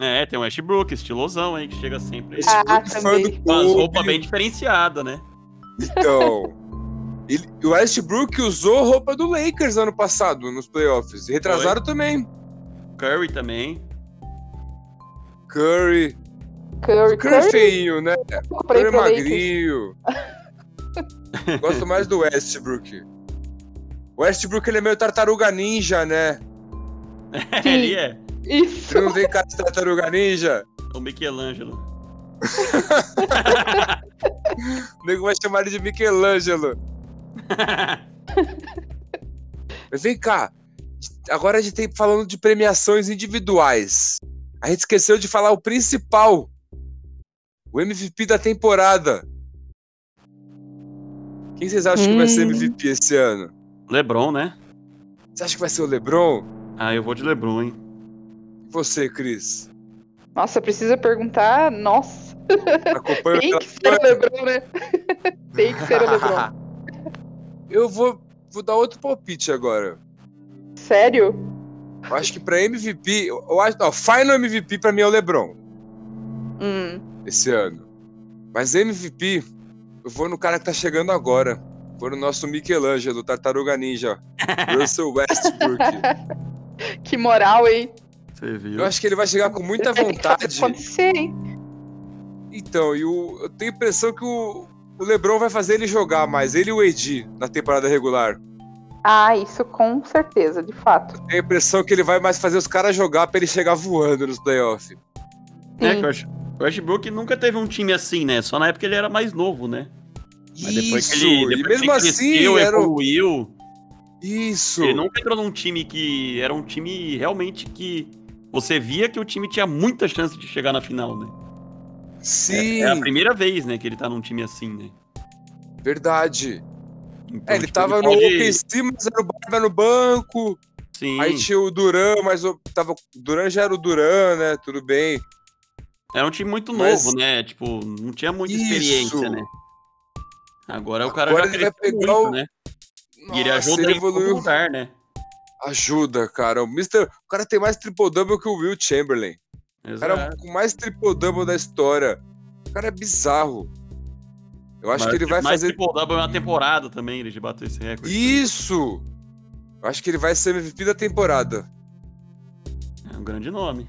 B: É, tem o Westbrook, estilosão aí, que chega sempre aí.
D: Ah,
A: Westbrook fã do
D: também.
B: com as
A: clube.
B: roupas bem diferenciadas, né?
A: Então, ele- o Westbrook usou roupa do Lakers ano passado, nos playoffs. E Retrasaram também.
B: Curry também.
A: Curry.
D: Curry,
A: Curry é
D: Curry,
A: feinho, né?
D: pra ir
A: Curry é
D: pro Lakers.
A: magrinho. Gosto mais do Westbrook. O Westbrook ele é meio tartaruga ninja, né?
B: Ele é
D: Isso.
A: Ele não tem cara de tartaruga ninja?
B: o Michelangelo.
A: O nego vai chamar ele de Michelangelo. Mas vem cá. Agora a gente tem falando de premiações individuais. A gente esqueceu de falar o principal. O MVP da temporada. Quem vocês acham que vai ser
D: Hum.
A: MVP esse ano?
B: Lebron, né?
A: Você acha que vai ser o LeBron?
B: Ah, eu vou de Lebron, hein?
A: E você, Cris?
D: Nossa, precisa perguntar. Nossa,
A: Acompanha
D: tem
A: pela-
D: que ser o Lebron, né? tem que ser o Lebron.
A: Eu vou, vou dar outro palpite agora.
D: Sério?
A: Eu acho que pra MVP, eu eu acho, não, Final MVP pra mim é o LeBron
D: Hum.
A: esse ano. Mas MVP, eu vou no cara que tá chegando agora. Vou no nosso Michelangelo, Tartaruga Ninja, Russell Westbrook.
D: Que moral, hein?
B: Você viu?
A: Eu acho que ele vai chegar com muita
D: Tem que fazer
A: vontade.
D: acontecer, hein?
A: Então, e o- eu tenho a impressão que o, o LeBron vai fazer ele jogar mais, ele e o Edi, na temporada regular.
D: Ah, isso com certeza, de fato.
A: Tenho a impressão que ele vai mais fazer os caras jogar pra ele chegar voando nos playoffs.
B: É,
D: Sim.
B: que o West- o Westbrook nunca teve um time assim, né? Só na época ele era mais novo, né? Mas depois que ele,
A: e
B: depois que
A: mesmo
B: ele
A: assim,
B: cresceu,
A: era o-
B: evoluiu,
A: Isso.
B: ele nunca entrou num time que era um time realmente que você via que o time tinha muita chance de chegar na final, né? É,
A: Sim,
B: é a primeira vez, né, que ele tá num time assim, né?
A: verdade.
B: Então,
A: É, ele
B: tipo,
A: tava no
B: pode-
A: OKC, mas era o Barba no banco.
B: Sim.
A: Aí tinha o Duran, mas o tava... o Duran já era o Duran, né? Tudo bem.
B: Era um time muito
A: Mas-
B: novo, né? Tipo, não tinha muita
A: Isso.
B: experiência, né? Agora o cara
A: Agora
B: já
A: ele vai
B: cresceu
A: pegar
B: muito,
A: o-
B: né? E ele
A: Nossa,
B: ajuda
A: ele
B: em todo
A: evoluiu.
B: lugar, né?
A: Ajuda, cara. O, Mr... o cara tem mais triple-double que o Will Chamberlain. O cara é
B: Exato.
A: o com mais triple-double da história. O cara é bizarro. Eu acho
B: Mas-
A: que ele vai
B: mas
A: fazer
B: triple double é uma temporada também, ele já bateu esse recorde.
A: isso. Eu acho que ele vai ser MVP da temporada.
B: É um grande nome.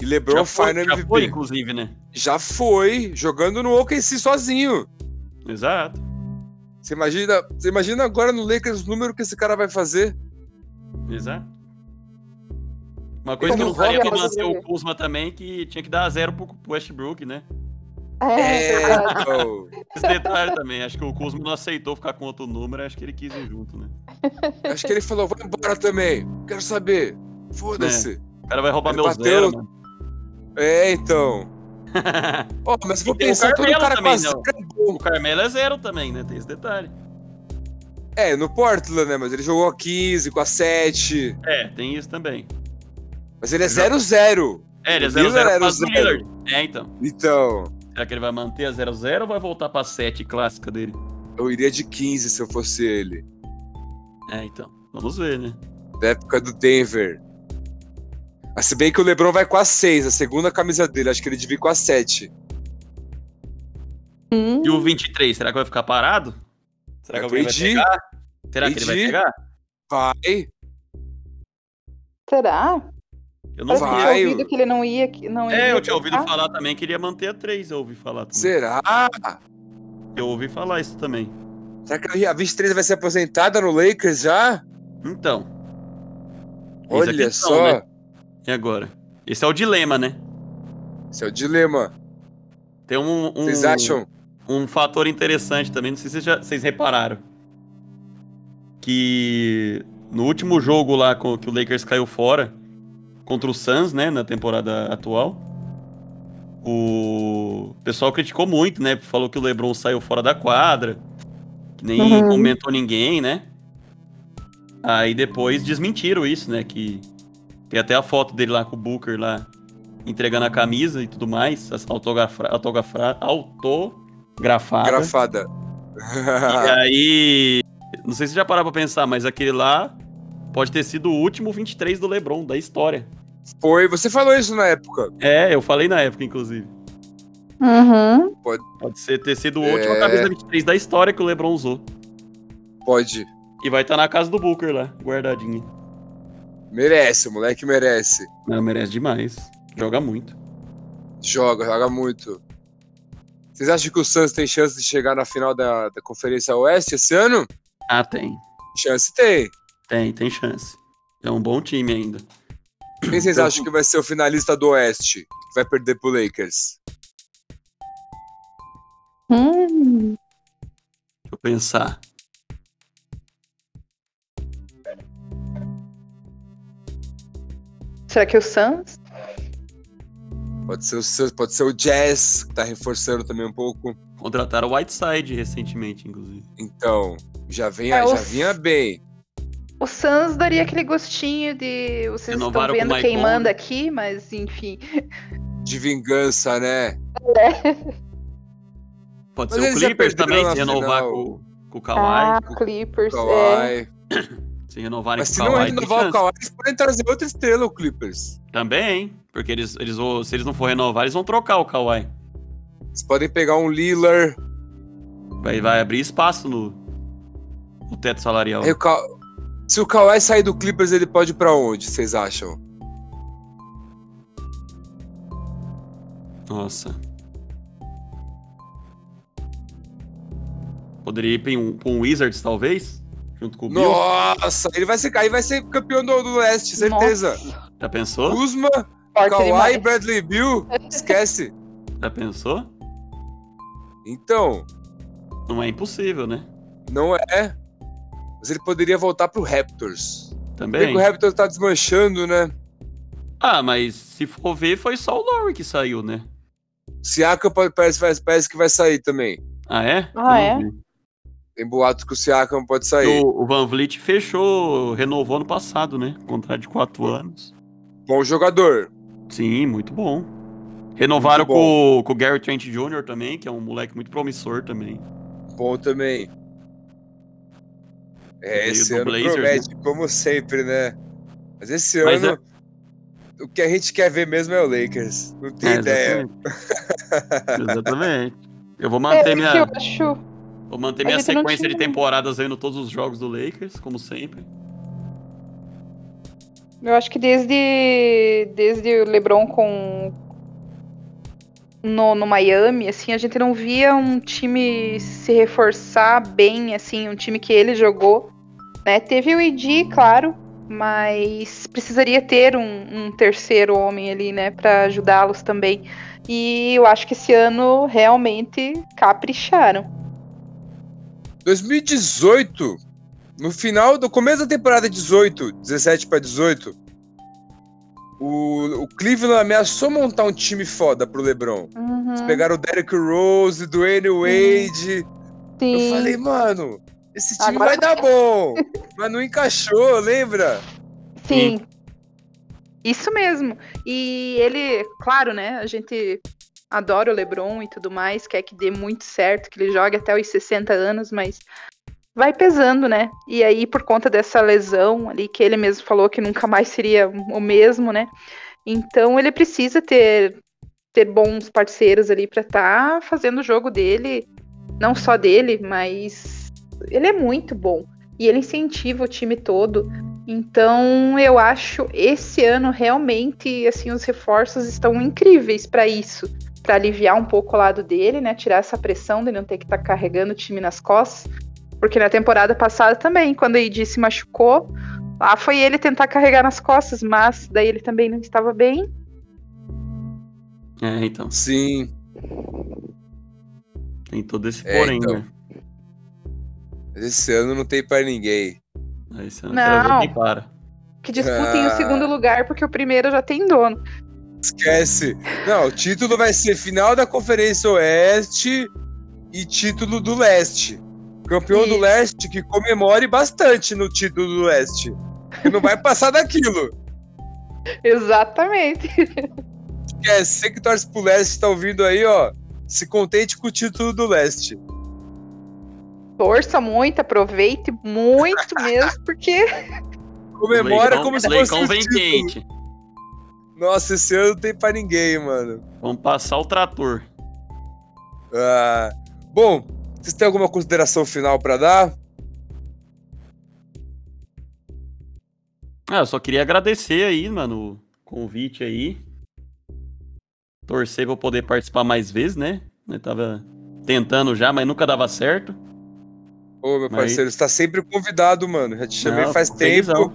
A: E LeBron
B: foi,
A: Final
B: já
A: MVP.
B: foi, inclusive, né?
A: já foi jogando no OKC sozinho.
B: Exato.
A: Você imagina, você imagina agora no Lakers o número que esse cara vai fazer?
B: Exato. Uma coisa que
A: Como é
B: não daria
D: rola,
B: pra
D: mas
B: manter
D: eu-
B: o Kuzma também, que tinha que dar zero pro pro Westbrook, né?
D: É,
A: É,
D: verdade.
A: então,
B: Esse detalhe também, acho que o Kuzma não aceitou ficar com outro número, acho que ele quis ir junto, né?
A: acho que ele falou, vou embora também, quero saber, foda-se.
B: O cara vai roubar
A: Ele
B: meu
A: bateu-
B: zero, né? mano.
A: É, então. Ó, mas se for
B: E tem o
A: pensar, todo
B: Carmelo
A: cara com
B: também,
A: a zero é bom.
B: o Carmelo é zero também, né? Tem esse detalhe.
A: É, no Portland, né, mas ele jogou a 15, com a 7,
B: É, tem isso também.
A: mas ele é 0-0.
B: É, ele é
A: O
B: 0
A: Lillard
B: 0
A: era o
B: mas o
A: zero.
B: Lillard. É, então.
A: Então,
B: Será que ele vai manter a 0-0 ou vai voltar pra 7 clássica dele?
A: eu iria de 15 se eu fosse ele,
B: É, então. Vamos ver, né?
A: da época do Denver. Ah, se bem que o LeBron vai com a 6, a segunda camisa dele, acho que ele devia ir com a 7.
D: Hum,
C: Hum,
B: E o 23, será que vai ficar parado? Será
A: Vai
B: que
A: pro
B: alguém vai
A: Edi.
B: pegar? Será que ele vai
A: Entendi.
B: pegar?
A: Vai,
C: Será?
B: Eu não
C: Parece que eu
A: vai,
C: tinha
A: eu-
C: ouvido que ele não ia. que Não
B: É,
C: ia
B: eu tinha ouvido
C: brincar.
B: falar também que ele ia manter a 3, eu ouvi falar também.
A: será?
B: Ah! Eu ouvi falar isso também.
A: Será que a 23 vai ser aposentada no Lakers já?
B: Então, Eis a
A: Olha
B: questão,
A: só,
B: né? e agora? Esse é o dilema, né?
A: esse é o dilema.
B: Tem um, um,
A: Vocês acham?
B: um fator interessante também, não sei se vocês, já- vocês repararam. Que no último jogo lá com- que o Lakers caiu fora, contra o Suns, né, na temporada atual, o pessoal criticou muito, né? Falou que o LeBron saiu fora da quadra, que nem
C: Uhum.
B: comentou ninguém, né? Aí depois desmentiram isso, né? Que tem até a foto dele lá com o Booker lá entregando a camisa e tudo mais, as- autografra, autografra, autografada.
A: Grafada. ah.
B: E aí, não sei se já pararam pra pensar, mas aquele lá pode ter sido o último 23 do LeBron da história.
A: Foi, você falou isso na época.
B: É, eu falei na época, inclusive.
C: Uhum.
B: Pode ser, ter sido a última
A: É.
B: camisa 23 da história que o LeBron usou.
A: Pode.
B: E vai estar na casa do Booker lá, guardadinha.
A: Merece, o moleque merece.
B: Não, merece demais. Joga muito.
A: Joga, joga muito. Vocês acham que o Suns tem chance de chegar na final da, da Conferência Oeste esse ano?
B: Ah, tem.
A: Chance tem.
B: Tem, tem chance. É um bom time ainda.
A: Quem vocês
B: Eu-
A: acham que vai ser o finalista do Oeste? Que vai perder pro Lakers?
C: Hum.
B: Deixa eu pensar.
C: Será que o Sans?
A: Pode ser o Suns, pode ser o Jazz, que tá reforçando também um pouco.
B: Contrataram o Whiteside recentemente, inclusive.
A: Então, já, vem,
C: É,
A: já
C: o-
A: vinha bem.
C: O Sans daria aquele gostinho de. Vocês
B: Renovaram com
C: estão
B: o
C: vendo quem
B: Maicon.
C: manda aqui, mas enfim.
A: De vingança, né?
B: Pode
A: Mas
B: ser o
A: eles já perderam
B: Clippers também,
A: na
B: se renovar
A: final.
B: com, com o
C: Ah,
B: Kawhi.
C: Clippers. É.
A: Kawhi.
B: Se renovarem
A: Mas se
B: com o
A: não
B: Kawhi, tem
A: renovar o
B: chance.
A: Kawhi, eles podem trazer outra estrela, o Clippers.
B: Também, porque eles, eles vão, se eles não for renovar, eles vão trocar o Kawhi.
A: Eles podem pegar um Lillard.
B: Então. Vai, vai abrir espaço no, no teto salarial.
A: Aí o Ka... Se o Kawhi sair do Clippers, ele pode ir pra onde, vocês acham?
B: Nossa. Poderia ir pra um, pra um Wizards, talvez? Junto com o Bill.
A: Nossa, ele vai ser, aí vai ser campeão do, do leste, certeza.
B: Já pensou?
A: Kuzma,
C: Forte
A: Kawhi,
C: demais.
A: Bradley Bill, esquece.
B: Já pensou?
A: Então,
B: Não é impossível, né?
A: não é. Mas ele poderia voltar pro Raptors. Bem
B: Também.
A: que o Raptors tá desmanchando, né?
B: Ah, mas se for ver, foi só o Lowry que saiu, né?
A: Siakam pa- parece, parece- parece que vai sair também.
B: Ah, é?
C: Ah,
B: Eu
C: é?
B: não vi.
A: Tem boato que o Siakam pode sair.
B: O, o Van Vliet fechou, renovou ano passado, né? Contrato de quatro anos.
A: Bom jogador.
B: Sim, muito bom. Renovaram
A: Muito bom.
B: Com, com o Gary Trent Jr. também, que é um moleque muito promissor também.
A: Bom também. É,
B: Veio
A: esse
B: do
A: ano
B: Blazers, né?
A: promete, como sempre, né? Mas esse
B: Mas
A: ano, o que a gente quer ver mesmo é o Lakers. Não tem
B: É,
A: ideia.
B: Exatamente. exatamente. Eu vou
C: É,
B: manter
C: o que
B: minha,
C: eu acho.
B: vou manter
C: a
B: minha
C: gente não
B: sequência
C: tinha,
B: de
C: né?
B: temporadas vendo todos os jogos do Lakers, como sempre.
C: Eu acho que desde, desde o LeBron com no, no Miami, assim, a gente não via um time se reforçar bem, assim, um time que ele jogou, né? Teve o AD, claro, mas precisaria ter um, um terceiro homem ali, né, para ajudá-los também. E eu acho que esse ano realmente capricharam.
A: 2018, no final do começo da temporada 18, 17 para 18, o, o Cleveland ameaçou montar um time foda pro LeBron. Eles
C: Hum.
A: pegaram o Derrick Rose, Dwayne Wade. Eu falei, mano, esse time
C: Agora
A: vai dar bom. Mas não encaixou, lembra?
C: Sim. Isso mesmo. E ele, claro, né? A gente adora o LeBron e tudo mais, quer que dê muito certo, que ele jogue até os 60 anos, mas vai pesando, né? E aí, por conta dessa lesão ali, que ele mesmo falou que nunca mais seria o mesmo, né? Então, ele precisa ter, ter bons parceiros ali pra tá estar fazendo o jogo dele, não só dele, mas ele é muito bom. e ele incentiva o time todo. Então, eu acho esse ano realmente assim os reforços estão incríveis para isso, para aliviar um pouco o lado dele, né, tirar essa pressão de não ter que estar tá carregando o time nas costas, porque na temporada passada também, quando a Edi se machucou, lá foi ele tentar carregar nas costas, mas daí ele também não estava bem.
B: É, então.
A: Sim.
B: Tem todo esse
A: É,
B: porém,
A: então.
B: né?
A: Esse ano não tem pra ninguém.
B: Aí você não, quero ver
C: Não.
B: quem para.
C: Que disputem
A: Ah.
C: o segundo lugar, porque o primeiro já tem dono.
A: Esquece. Não, o título vai ser final da Conferência Oeste e título do Leste. Campeão do
C: Isso.
A: Leste que comemore bastante no título do Leste. Que não vai passar daquilo.
C: Exatamente.
A: Esquece. Você que torce pro Leste tá ouvindo aí, ó. Se contente com o título do Leste.
C: Torça muito, aproveite muito mesmo, porque
A: Comemora
B: Leicão-
A: como se fosse
B: Leicão
A: um
B: vem
A: título.
B: quente.
A: Nossa, esse ano não tem pra ninguém, mano.
B: Vamos passar o trator.
A: Ah, bom, vocês têm alguma consideração final pra dar?
B: Ah, eu só queria agradecer aí, mano, o convite aí. Torcer pra eu poder participar mais vezes, né? Eu tava tentando já, mas nunca dava certo.
A: Ô, meu
B: Mas-
A: parceiro, você tá sempre convidado, mano. Já te chamei
B: Não,
A: faz
B: fico
A: tempo.
B: felizão.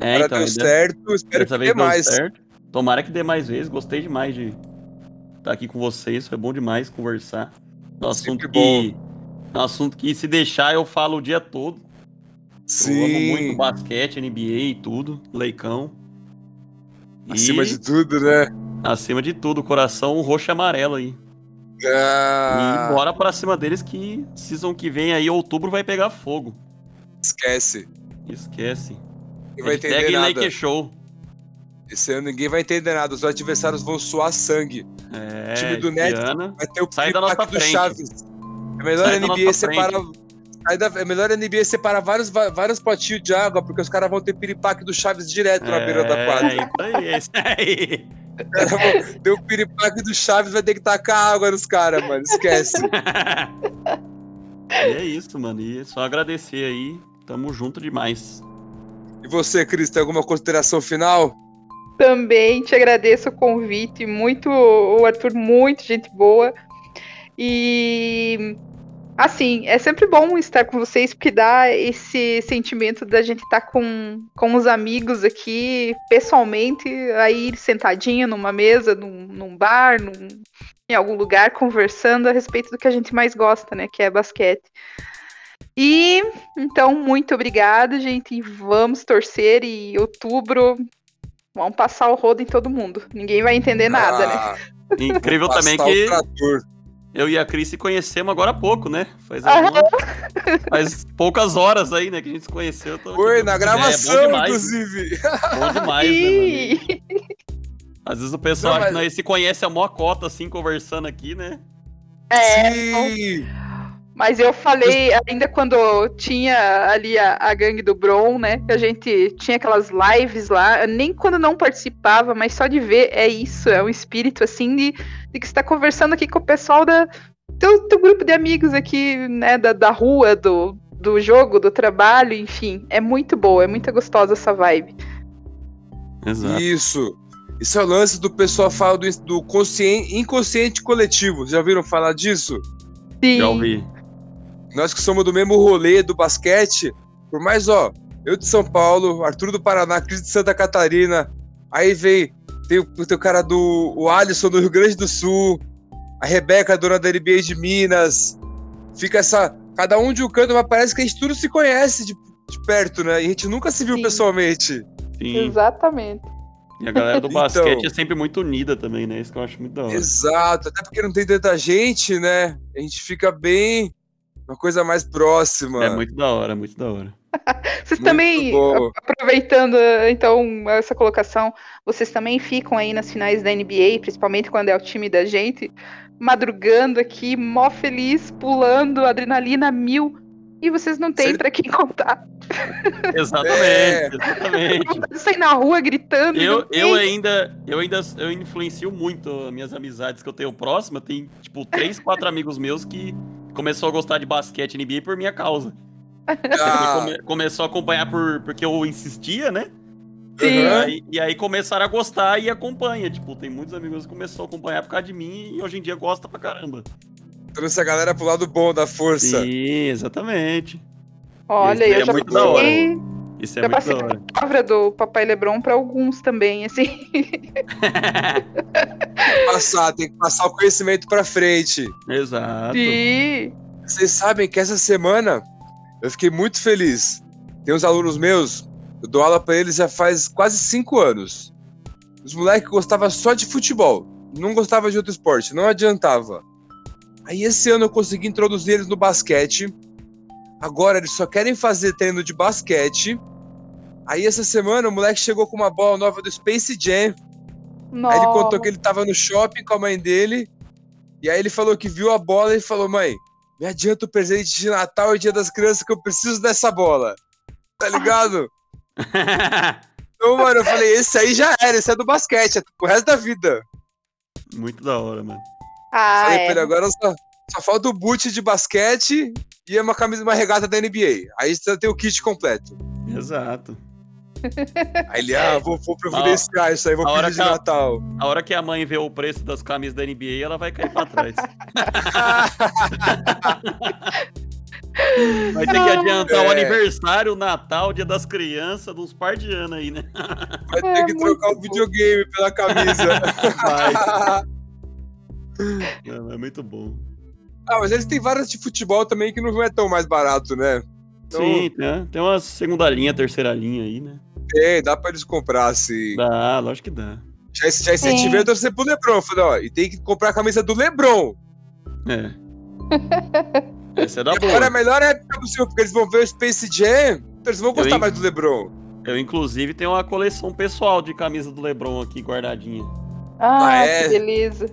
B: É,
A: Agora
B: então,
A: deu
B: e de-
A: certo, espero
B: dessa
A: que
B: vez
A: dê
B: deu
A: mais.
B: certo. Tomara que dê mais vezes. Gostei demais de estar aqui com vocês. Foi bom demais conversar. É Um assunto
A: Sempre
B: que. é Um assunto que se deixar eu falo o dia todo. Eu amo muito
A: Sim,
B: basquete, NBA e tudo. Leicão. E,
A: acima de tudo, né?
B: acima de tudo, coração roxo e amarelo aí.
A: Ah,
B: E bora pra cima deles que season que vem aí, outubro, vai pegar fogo.
A: Ah, esquece.
B: Esquece.
A: Ninguém vai
B: Hashtag
A: entender nada.
B: Lake Show.
A: Esse ano ninguém vai entender nada. Os adversários vão suar sangue.
B: É,
A: Time do
B: esse
A: Nets
B: ano-
A: Vai ter o
B: Sai da
A: piripaque
B: nossa
A: do
B: frente.
A: Chaves. É melhor
B: Sai
A: a
B: da
A: NBA
B: nossa
A: separar. Sai da- É melhor a NBA separar vários, va- vários potinhos de água, porque os caras vão ter piripaque do Chaves direto na beira da quadra.
B: É, isso aí, é isso aí.
A: Os caras vão- Deu o piripaque do Chaves, vai ter que tacar água nos caras, mano. Esquece.
B: e é isso, mano. E é só agradecer aí. Tamo junto demais.
A: E você, Cris, tem alguma consideração final?
C: Também te agradeço o convite, muito o Arthur, muito gente boa. E assim, é sempre bom estar com vocês porque dá esse sentimento da gente estar com, com os amigos aqui pessoalmente, aí sentadinha numa mesa, num, num bar, num- em algum lugar, conversando a respeito do que a gente mais gosta, né? Que é basquete. E então, muito obrigada, gente. E vamos torcer e outubro Vamos passar o rodo em todo mundo. Ninguém vai entender nada, né?
A: Ah,
B: Incrível também
A: passar o
B: que
A: trator.
B: eu e a Cris se conhecemos agora há pouco, né? Faz, algumas- faz poucas horas aí, né? Que a gente se conheceu. Tô aqui
A: Foi,
B: trocando
A: na
B: ideia.
A: gravação,
B: bom demais,
A: inclusive.
B: Bom demais, né, mano?
C: Ih,
B: Às vezes o pessoal
A: Não,
B: acha que
A: mas-
B: nós se conhece a mó cota, assim, conversando aqui, né?
C: é.
A: Sim.
C: mas eu falei ainda quando tinha ali a, a gangue do Bron, né? Que a gente tinha aquelas lives lá, nem quando não participava, mas só de ver é isso, é um espírito assim de, de que você tá conversando aqui com o pessoal da teu, teu grupo de amigos aqui, né? Da, da rua, do, do jogo, do trabalho, enfim. É muito boa, é muito gostosa essa vibe.
B: Exato.
A: Isso. Isso é o lance do pessoal falar do, do conscien- inconsciente coletivo. Vocês Já ouviram falar disso?
C: Sim.
B: Já ouvi.
A: Nós que somos do mesmo rolê do basquete, por mais, ó, eu de São Paulo, Arthur do Paraná, Cris de Santa Catarina, aí vem, tem o, tem o cara do o Alisson do Rio Grande do Sul, a Rebeca, dona da NBA de Minas, fica essa, cada um de um canto, mas parece que a gente tudo se conhece de, de perto, né? E a gente nunca se viu
C: Sim.
A: pessoalmente.
B: Sim.
C: Exatamente.
B: E a galera do
A: Então.
B: basquete é sempre muito unida também, né? Isso que eu acho muito da hora.
A: Exato, até porque não tem tanta gente, né? A gente fica bem, uma coisa mais próxima.
B: É muito da hora, muito da hora.
C: Vocês
A: Muito
C: também,
A: bom.
C: a- aproveitando eh, então essa colocação, vocês também ficam aí nas finais da NBA, principalmente quando é o time da gente, madrugando aqui, mó feliz, pulando, adrenalina mil. E vocês não têm
A: Cer-
C: pra quem contar.
B: Exatamente,
A: É.
B: exatamente.
C: Saem na rua gritando. e
B: Eu,
C: não
B: eu
C: tem.
B: ainda, eu ainda eu influencio muito as minhas amizades que eu tenho próxima. Tem, tipo, três, quatro amigos meus que começou a gostar de basquete e NBA por minha causa.
A: Ah.
B: Ele come- começou a acompanhar por, porque eu insistia, né?
C: Sim.
B: E aí, e aí começaram a gostar e acompanha. Tipo, tem muitos amigos que começaram a acompanhar por causa de mim e hoje em dia gosta pra caramba.
A: Trouxe a galera pro lado bom da força.
B: Sim, exatamente.
C: Olha,
B: Esse
C: eu
B: é
C: já
B: muito da hora.
C: passei
B: Isso é
C: Já
B: muito
C: passei
B: da hora.
C: a palavra do Papai Lebron pra alguns também, assim.
A: Passar, tem que passar o conhecimento pra frente.
B: Exato.
C: Sim.
A: Vocês sabem que essa semana eu fiquei muito feliz. Tem uns alunos meus, eu dou aula pra eles já faz quase cinco anos. Os moleques gostavam só de futebol, não gostava de outro esporte, não adiantava. Aí esse ano eu consegui introduzir eles no basquete. Agora eles só querem fazer treino de basquete. Aí essa semana o moleque chegou com uma bola nova do Space Jam. Aí
C: Oh.
A: ele contou que ele tava no shopping com a mãe dele. E aí ele falou que viu a bola e falou: Mãe, me adianta o presente de Natal e Dia das Crianças que eu preciso dessa bola. Tá ligado? Então, mano, eu falei: Esse aí já era, esse é do basquete, é pro resto da vida.
B: muito da hora, mano.
C: Ah,
A: falei
C: é.
A: pra ele: Agora só, só falta o boot de basquete e uma camisa, uma regata da NBA. Aí você tem o kit completo.
B: Exato.
A: Aí ele: Ah, vou, vou providenciar isso aí, vou
B: a hora
A: pedir de
B: que a-
A: Natal.
B: A hora que a mãe vê o preço das camisas da NBA, ela vai cair pra trás. Vai ter que adiantar o
A: É.
B: aniversário, o Natal, o dia das crianças, de uns par de anos aí, né?
A: Vai
C: É,
A: ter que
C: muito
A: trocar o
C: bom.
A: videogame pela camisa.
B: Vai. Mano, é muito bom.
A: Ah, mas eles têm várias de futebol também que não é tão mais barato, né? Então,
B: Sim, né? tem uma segunda linha, terceira linha aí, né?
A: tem, é, dá pra eles comprar, sim.
B: Dá, lógico que dá.
A: Já, já incentivei a torcer pro Lebron. Eu Falei, ó, e tem que comprar a camisa do Lebron.
B: É. Essa é da
A: e agora é a
B: boa.
A: melhor época possível, porque eles vão ver o Space Jam, então eles vão gostar
B: en-
A: mais do Lebron.
B: Eu, inclusive, tenho uma coleção pessoal de camisa do Lebron aqui guardadinha.
C: Ah,
A: Ah, é?
C: que beleza.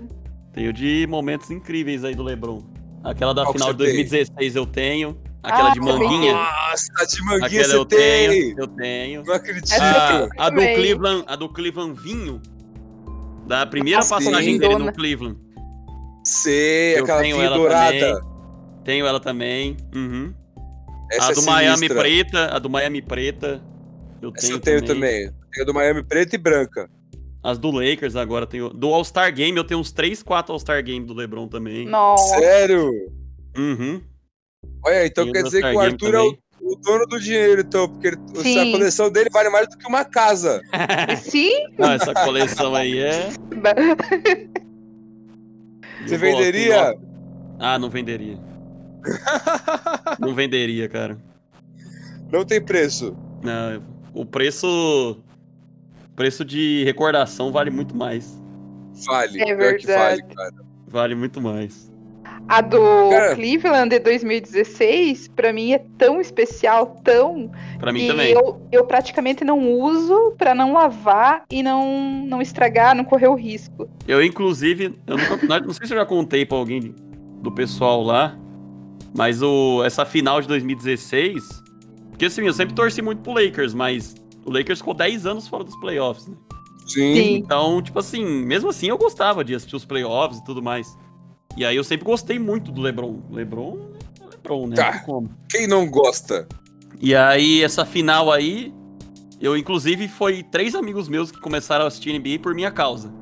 B: Tenho de momentos incríveis aí do Lebron. Aquela da
A: Qual que
B: final de
A: você tem?
B: 2016 eu tenho. Aquela
C: Ah,
B: de
C: eu também
B: manguinha.
A: Nossa, de manguinha
B: Aquela eu
A: você tem.
B: tenho. Eu tenho.
A: Não acredito.
C: Essa
B: Ah,
C: eu
B: a do
C: também.
B: Cleveland, a do Cleveland vinho. Da primeira
A: Nossa,
B: passagem
A: sim.
B: dele
C: Dona.
B: no Cleveland.
A: Sei,
B: Eu
A: aquela
B: tenho
A: vinha
B: ela
A: dourada.
B: também. Tenho ela também. Uhum.
A: Essa
B: a
A: é
B: do Miami
A: sinistra.
B: Preta, a do Miami Preta. Eu
A: Essa
B: tenho,
A: eu tenho também.
B: também.
A: Eu tenho a do Miami preta e branca.
B: As do Lakers agora tenho. Do All-Star Game, eu tenho uns 3, 4 All-Star Game do LeBron também.
C: Nossa.
A: Sério?
B: Uhum.
A: Olha, então
B: Tenho
A: quer
B: do
A: dizer que
B: All-Star
A: o
B: Game
A: Arthur é o, o dono do dinheiro, então, porque ele-
C: Sim.
A: a coleção dele vale mais do que uma casa.
B: também.
C: Sim.
B: Não, essa coleção aí é.
C: ba-
A: Você
B: Eu gosto,
A: venderia?
B: gosto. Ah, não venderia. Não venderia, cara.
A: Não tem preço.
B: Não, eu- o preço. Preço de recordação vale muito mais.
A: Vale.
C: É
A: pior que vale,
C: verdade.
A: cara.
B: Vale muito mais.
C: A do
A: Cara.
C: Cleveland de 2016, pra mim é tão especial, tão.
B: Pra mim
C: e
B: também.
C: Eu, eu praticamente não uso pra não lavar e não, não estragar, não correr o risco.
B: Eu, inclusive, eu nunca, não- não sei se eu já contei pra alguém de- do pessoal lá, mas o, essa final de 2016. Porque assim, eu sempre torci muito pro Lakers, mas o Lakers ficou 10 anos fora dos playoffs, né?
A: Sim.
C: Sim.
B: Então, tipo assim, mesmo assim eu gostava de assistir os playoffs e tudo mais. E aí eu sempre gostei muito do LeBron. LeBron é LeBron, né?
A: Tá.
B: Não tem como.
A: Quem não gosta?
B: E aí essa final aí, eu inclusive foi três amigos meus que começaram a assistir NBA por minha causa.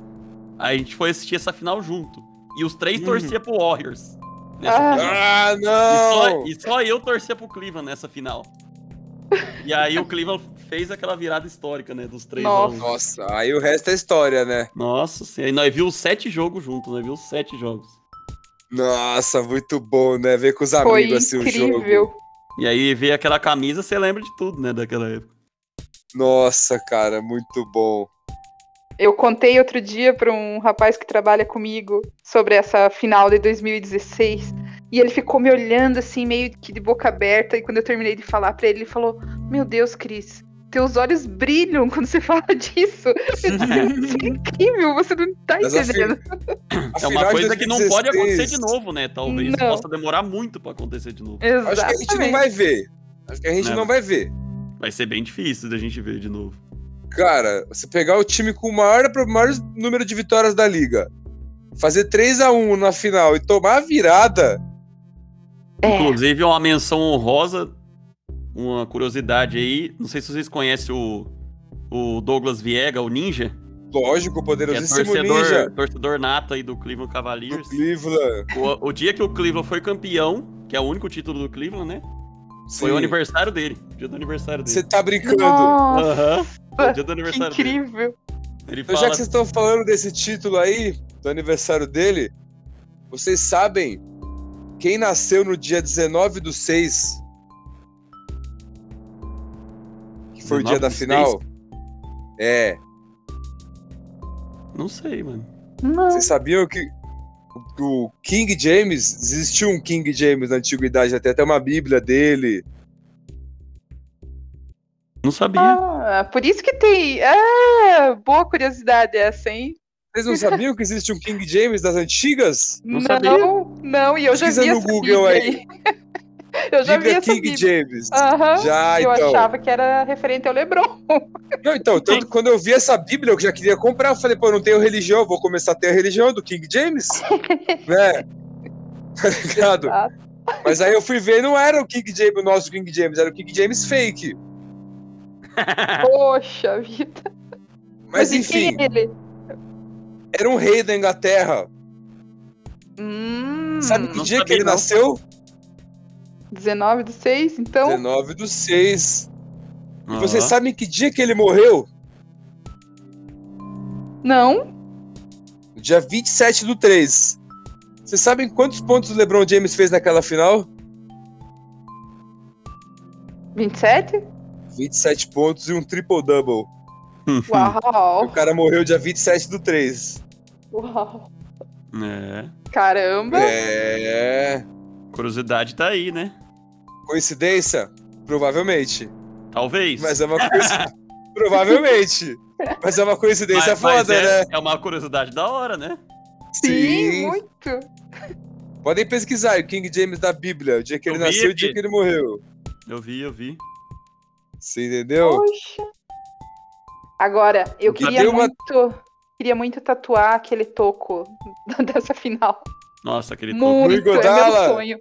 B: Aí a gente foi assistir essa final junto. E os três
A: Hum.
B: torcia pro Warriors. Nessa
C: Ah.
B: final.
A: Ah,
B: E,
A: não!
B: só, e só eu torcia pro Cleveland nessa final. E aí o Cleveland fez aquela virada histórica, né? Dos três.
C: Nossa.
B: a um.
A: Nossa, aí o resto é história, né?
B: Nossa senhora, e nós vimos sete jogos juntos, nós vimos sete jogos.
A: Nossa, muito bom, né? Ver com os
C: Foi
A: amigos assim o
C: incrível.
A: jogo.
B: E aí vê aquela camisa, você lembra de tudo, né, daquela época.
A: Nossa, cara, muito bom.
C: Eu contei outro dia para um rapaz que trabalha comigo sobre essa final de 2016 e ele ficou me olhando assim meio que de boca aberta e quando eu terminei de falar para ele ele falou: "Meu Deus, Cris, teus olhos brilham quando você fala disso. Isso é incrível, você não tá
A: Mas assim, a fi-
C: entendendo."
A: A
B: É uma
A: final de
B: coisa que não pode
A: 2016,
B: acontecer de novo, né? Talvez
C: Não.
B: possa demorar muito pra acontecer de novo.
A: Acho que a gente não
C: Exatamente.
A: vai ver. Acho que a gente
B: Não.
A: não vai ver.
B: Vai ser bem difícil da gente ver de novo.
A: Cara, você pegar o time com o maior, o maior número de vitórias da liga, fazer 3 a 1 na final e tomar a virada,
C: É.
B: Inclusive, uma menção honrosa uma curiosidade aí. Não sei se vocês conhecem o, o Douglas Viega, o Ninja.
A: Lógico,
B: Que é
A: poderosíssimo
B: torcedor,
A: ninja
B: torcedor nato aí do Cleveland
A: do
B: Cavaliers.
A: Cleveland.
B: O, o dia que o Cleveland foi campeão, que é o único título do Cleveland, né? Foi o
A: Sim.
B: aniversário dele. Dia do aniversário dele.
A: Você tá brincando.
C: É. Nossa,
B: Aham. Foi o dia do
C: que
B: Ah, aniversário dele.
C: incrível.
B: Ele
A: Então, já
B: fala-
A: que vocês estão falando desse título aí, do aniversário dele, vocês sabem quem nasceu no dia 19 do 6? Que foi o
B: 19
A: dia da
B: do
A: final? É.
B: Não sei, mano.
C: Não.
A: Vocês sabiam que o King James, existiu um King James na antiguidade, até até uma bíblia dele.
B: Não sabia.
C: Ah, por isso que tem. Ah, boa curiosidade essa, hein?
A: Vocês não sabiam que existe um King James das antigas?
B: Não sabia.
C: não, não, e eu já
A: Pesquisa
C: vi
A: no
C: essa
A: Google
C: Bíblia
A: aí.
C: Eu já vi
A: Bíblia
C: essa
A: King
C: Bíblia.
A: James.
C: Aham.
A: Já,
C: eu
A: então.
C: achava que era referente ao Lebron.
A: Não, então, tanto que quando eu vi essa Bíblia, eu já queria comprar. Eu falei, pô, eu não tenho religião, vou começar a ter a religião do King James. né? Tá ligado?
C: Exato.
A: Mas aí eu fui ver, não era o King James, o nosso King James, era o King James fake.
C: Poxa vida.
A: Mas
C: e quem
A: enfim,
C: é ele?
A: era um rei da Inglaterra.
C: Hum,
A: Sabe que
B: Não
A: dia que
B: sabia,
A: ele
B: não.
A: nasceu?
C: 19 do 6, então.
A: 19 do 6. Ah, E vocês
B: Aham.
A: sabem que dia que ele morreu?
C: Não.
A: No Dia 27 do 3. Vocês sabem quantos pontos o LeBron James fez naquela final?
C: 27?
A: Hum. 27 pontos e um triple-double. O
C: Uau.
A: cara morreu dia 27 do 3.
C: Uau.
B: É.
C: Caramba.
A: É.
B: Curiosidade tá aí, né?
A: Coincidência? Provavelmente.
B: Talvez.
A: Mas é uma coisa. Provavelmente. Mas é uma coincidência
B: Mas- mas
A: foda,
B: é,
A: né?
B: é uma curiosidade da hora, né?
C: Sim, muito.
A: Podem pesquisar, o King James da Bíblia, o dia que
B: Eu
A: ele
B: vi
A: nasceu e o
B: aqui.
A: dia que ele morreu.
B: Eu vi, eu vi.
A: Você entendeu?
C: Poxa. Agora, eu
A: Já
C: queria
A: deu uma-
C: muito. Queria muito tatuar aquele toco dessa final.
B: Nossa, aquele toco.
A: Rui
C: Muito, é meu
A: Godala.
C: sonho.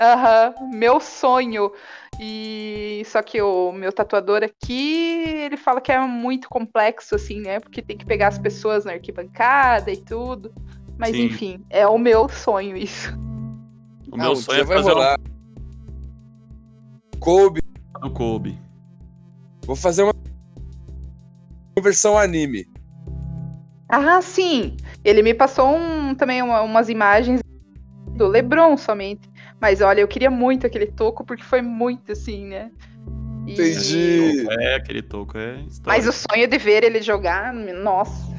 C: Aham, meu sonho. E só que o meu tatuador aqui, ele fala que é muito complexo, assim, né? Porque tem que pegar as pessoas na arquibancada e tudo. Mas
B: Sim.
C: enfim, é o meu sonho isso.
B: O meu
A: Ah, um dia
B: sonho é
A: vai
B: fazer
A: rolar. Kobe,
B: um do Kobe.
A: vou fazer uma versão anime.
C: Ah, sim! Ele me passou um, também uma- umas imagens do Lebron somente. Mas olha, eu queria muito aquele toco, porque foi muito assim, né? E-
A: Entendi.
B: É, aquele toco é história.
C: Mas o sonho de ver ele jogar, nossa.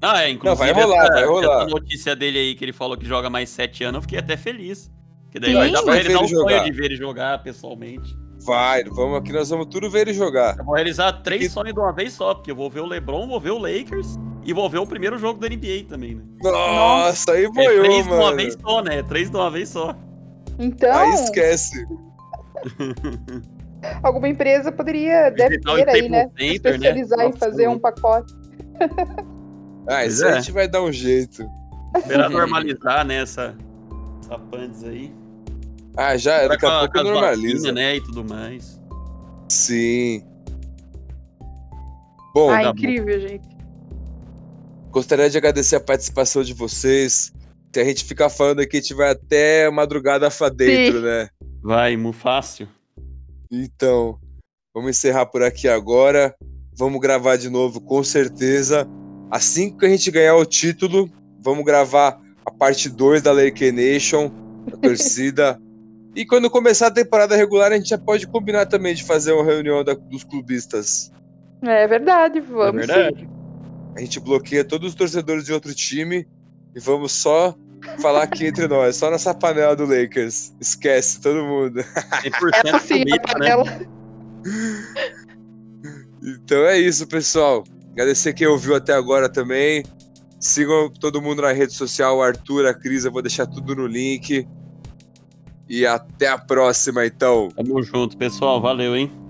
B: Ah, é, inclusive.
A: Não, vai rolar,
B: essa,
A: vai rolar.
B: essa notícia dele aí que ele falou que joga mais sete anos, eu fiquei até feliz. Porque daí
C: Sim.
B: vai dar pra
A: Vai
B: ele
A: ver
B: dar um
A: ele
B: sonho
A: jogar.
B: de ver ele jogar pessoalmente.
A: Vai, vamos aqui, nós vamos tudo ver ele jogar.
B: Eu vou realizar três
A: Que-
B: sonhos de uma vez só, porque eu vou ver o LeBron, vou ver o Lakers e vou ver o primeiro jogo da NBA também, né?
A: Nossa, aí
B: É
A: boiou,
B: três de uma
A: mano.
B: vez só, né? É três de uma vez só.
C: Então.
A: Aí esquece.
C: alguma empresa poderia, deve
B: Digital
C: ter aí,
B: Staples
C: né?
B: Center,
C: especializar
B: né?
C: em fazer um pacote.
A: Ah,
B: Pois
A: isso aí
B: é.
A: a gente vai dar um jeito.
B: Esperar
C: Uhum.
B: normalizar, né, essa, essa pandes aí.
A: Ah, já era. Daqui a
B: Agora com
A: pouco
B: as
A: normaliza.
B: vacinas, né, e tudo mais.
A: Sim. Bom,
C: ah,
B: tá bom.
C: incrível, gente.
A: gostaria de agradecer a participação de vocês. Se a gente ficar falando aqui, a gente vai até madrugada pra dentro, né?
B: Vai, Mufácio.
A: Então, vamos encerrar por aqui agora. Vamos gravar de novo, com certeza. Assim que a gente ganhar o título, vamos gravar a parte 2 da Lake Nation, a torcida. e quando começar a temporada regular, a gente já pode combinar também de fazer uma reunião da- dos clubistas.
C: É verdade, vamos.
B: é verdade.
A: A gente bloqueia todos os torcedores de outro time e vamos só falar aqui entre nós, só nessa panela do Lakers. Esquece todo mundo. É
B: 100%
C: Essa sim, É a
B: comida, né?
C: panela.
A: Então é isso, pessoal. Agradecer quem ouviu até agora também. Sigam todo mundo na rede social, o Arthur, a Cris, eu vou deixar tudo no link. E até a próxima, então.
B: Tamo junto, pessoal. Valeu, hein?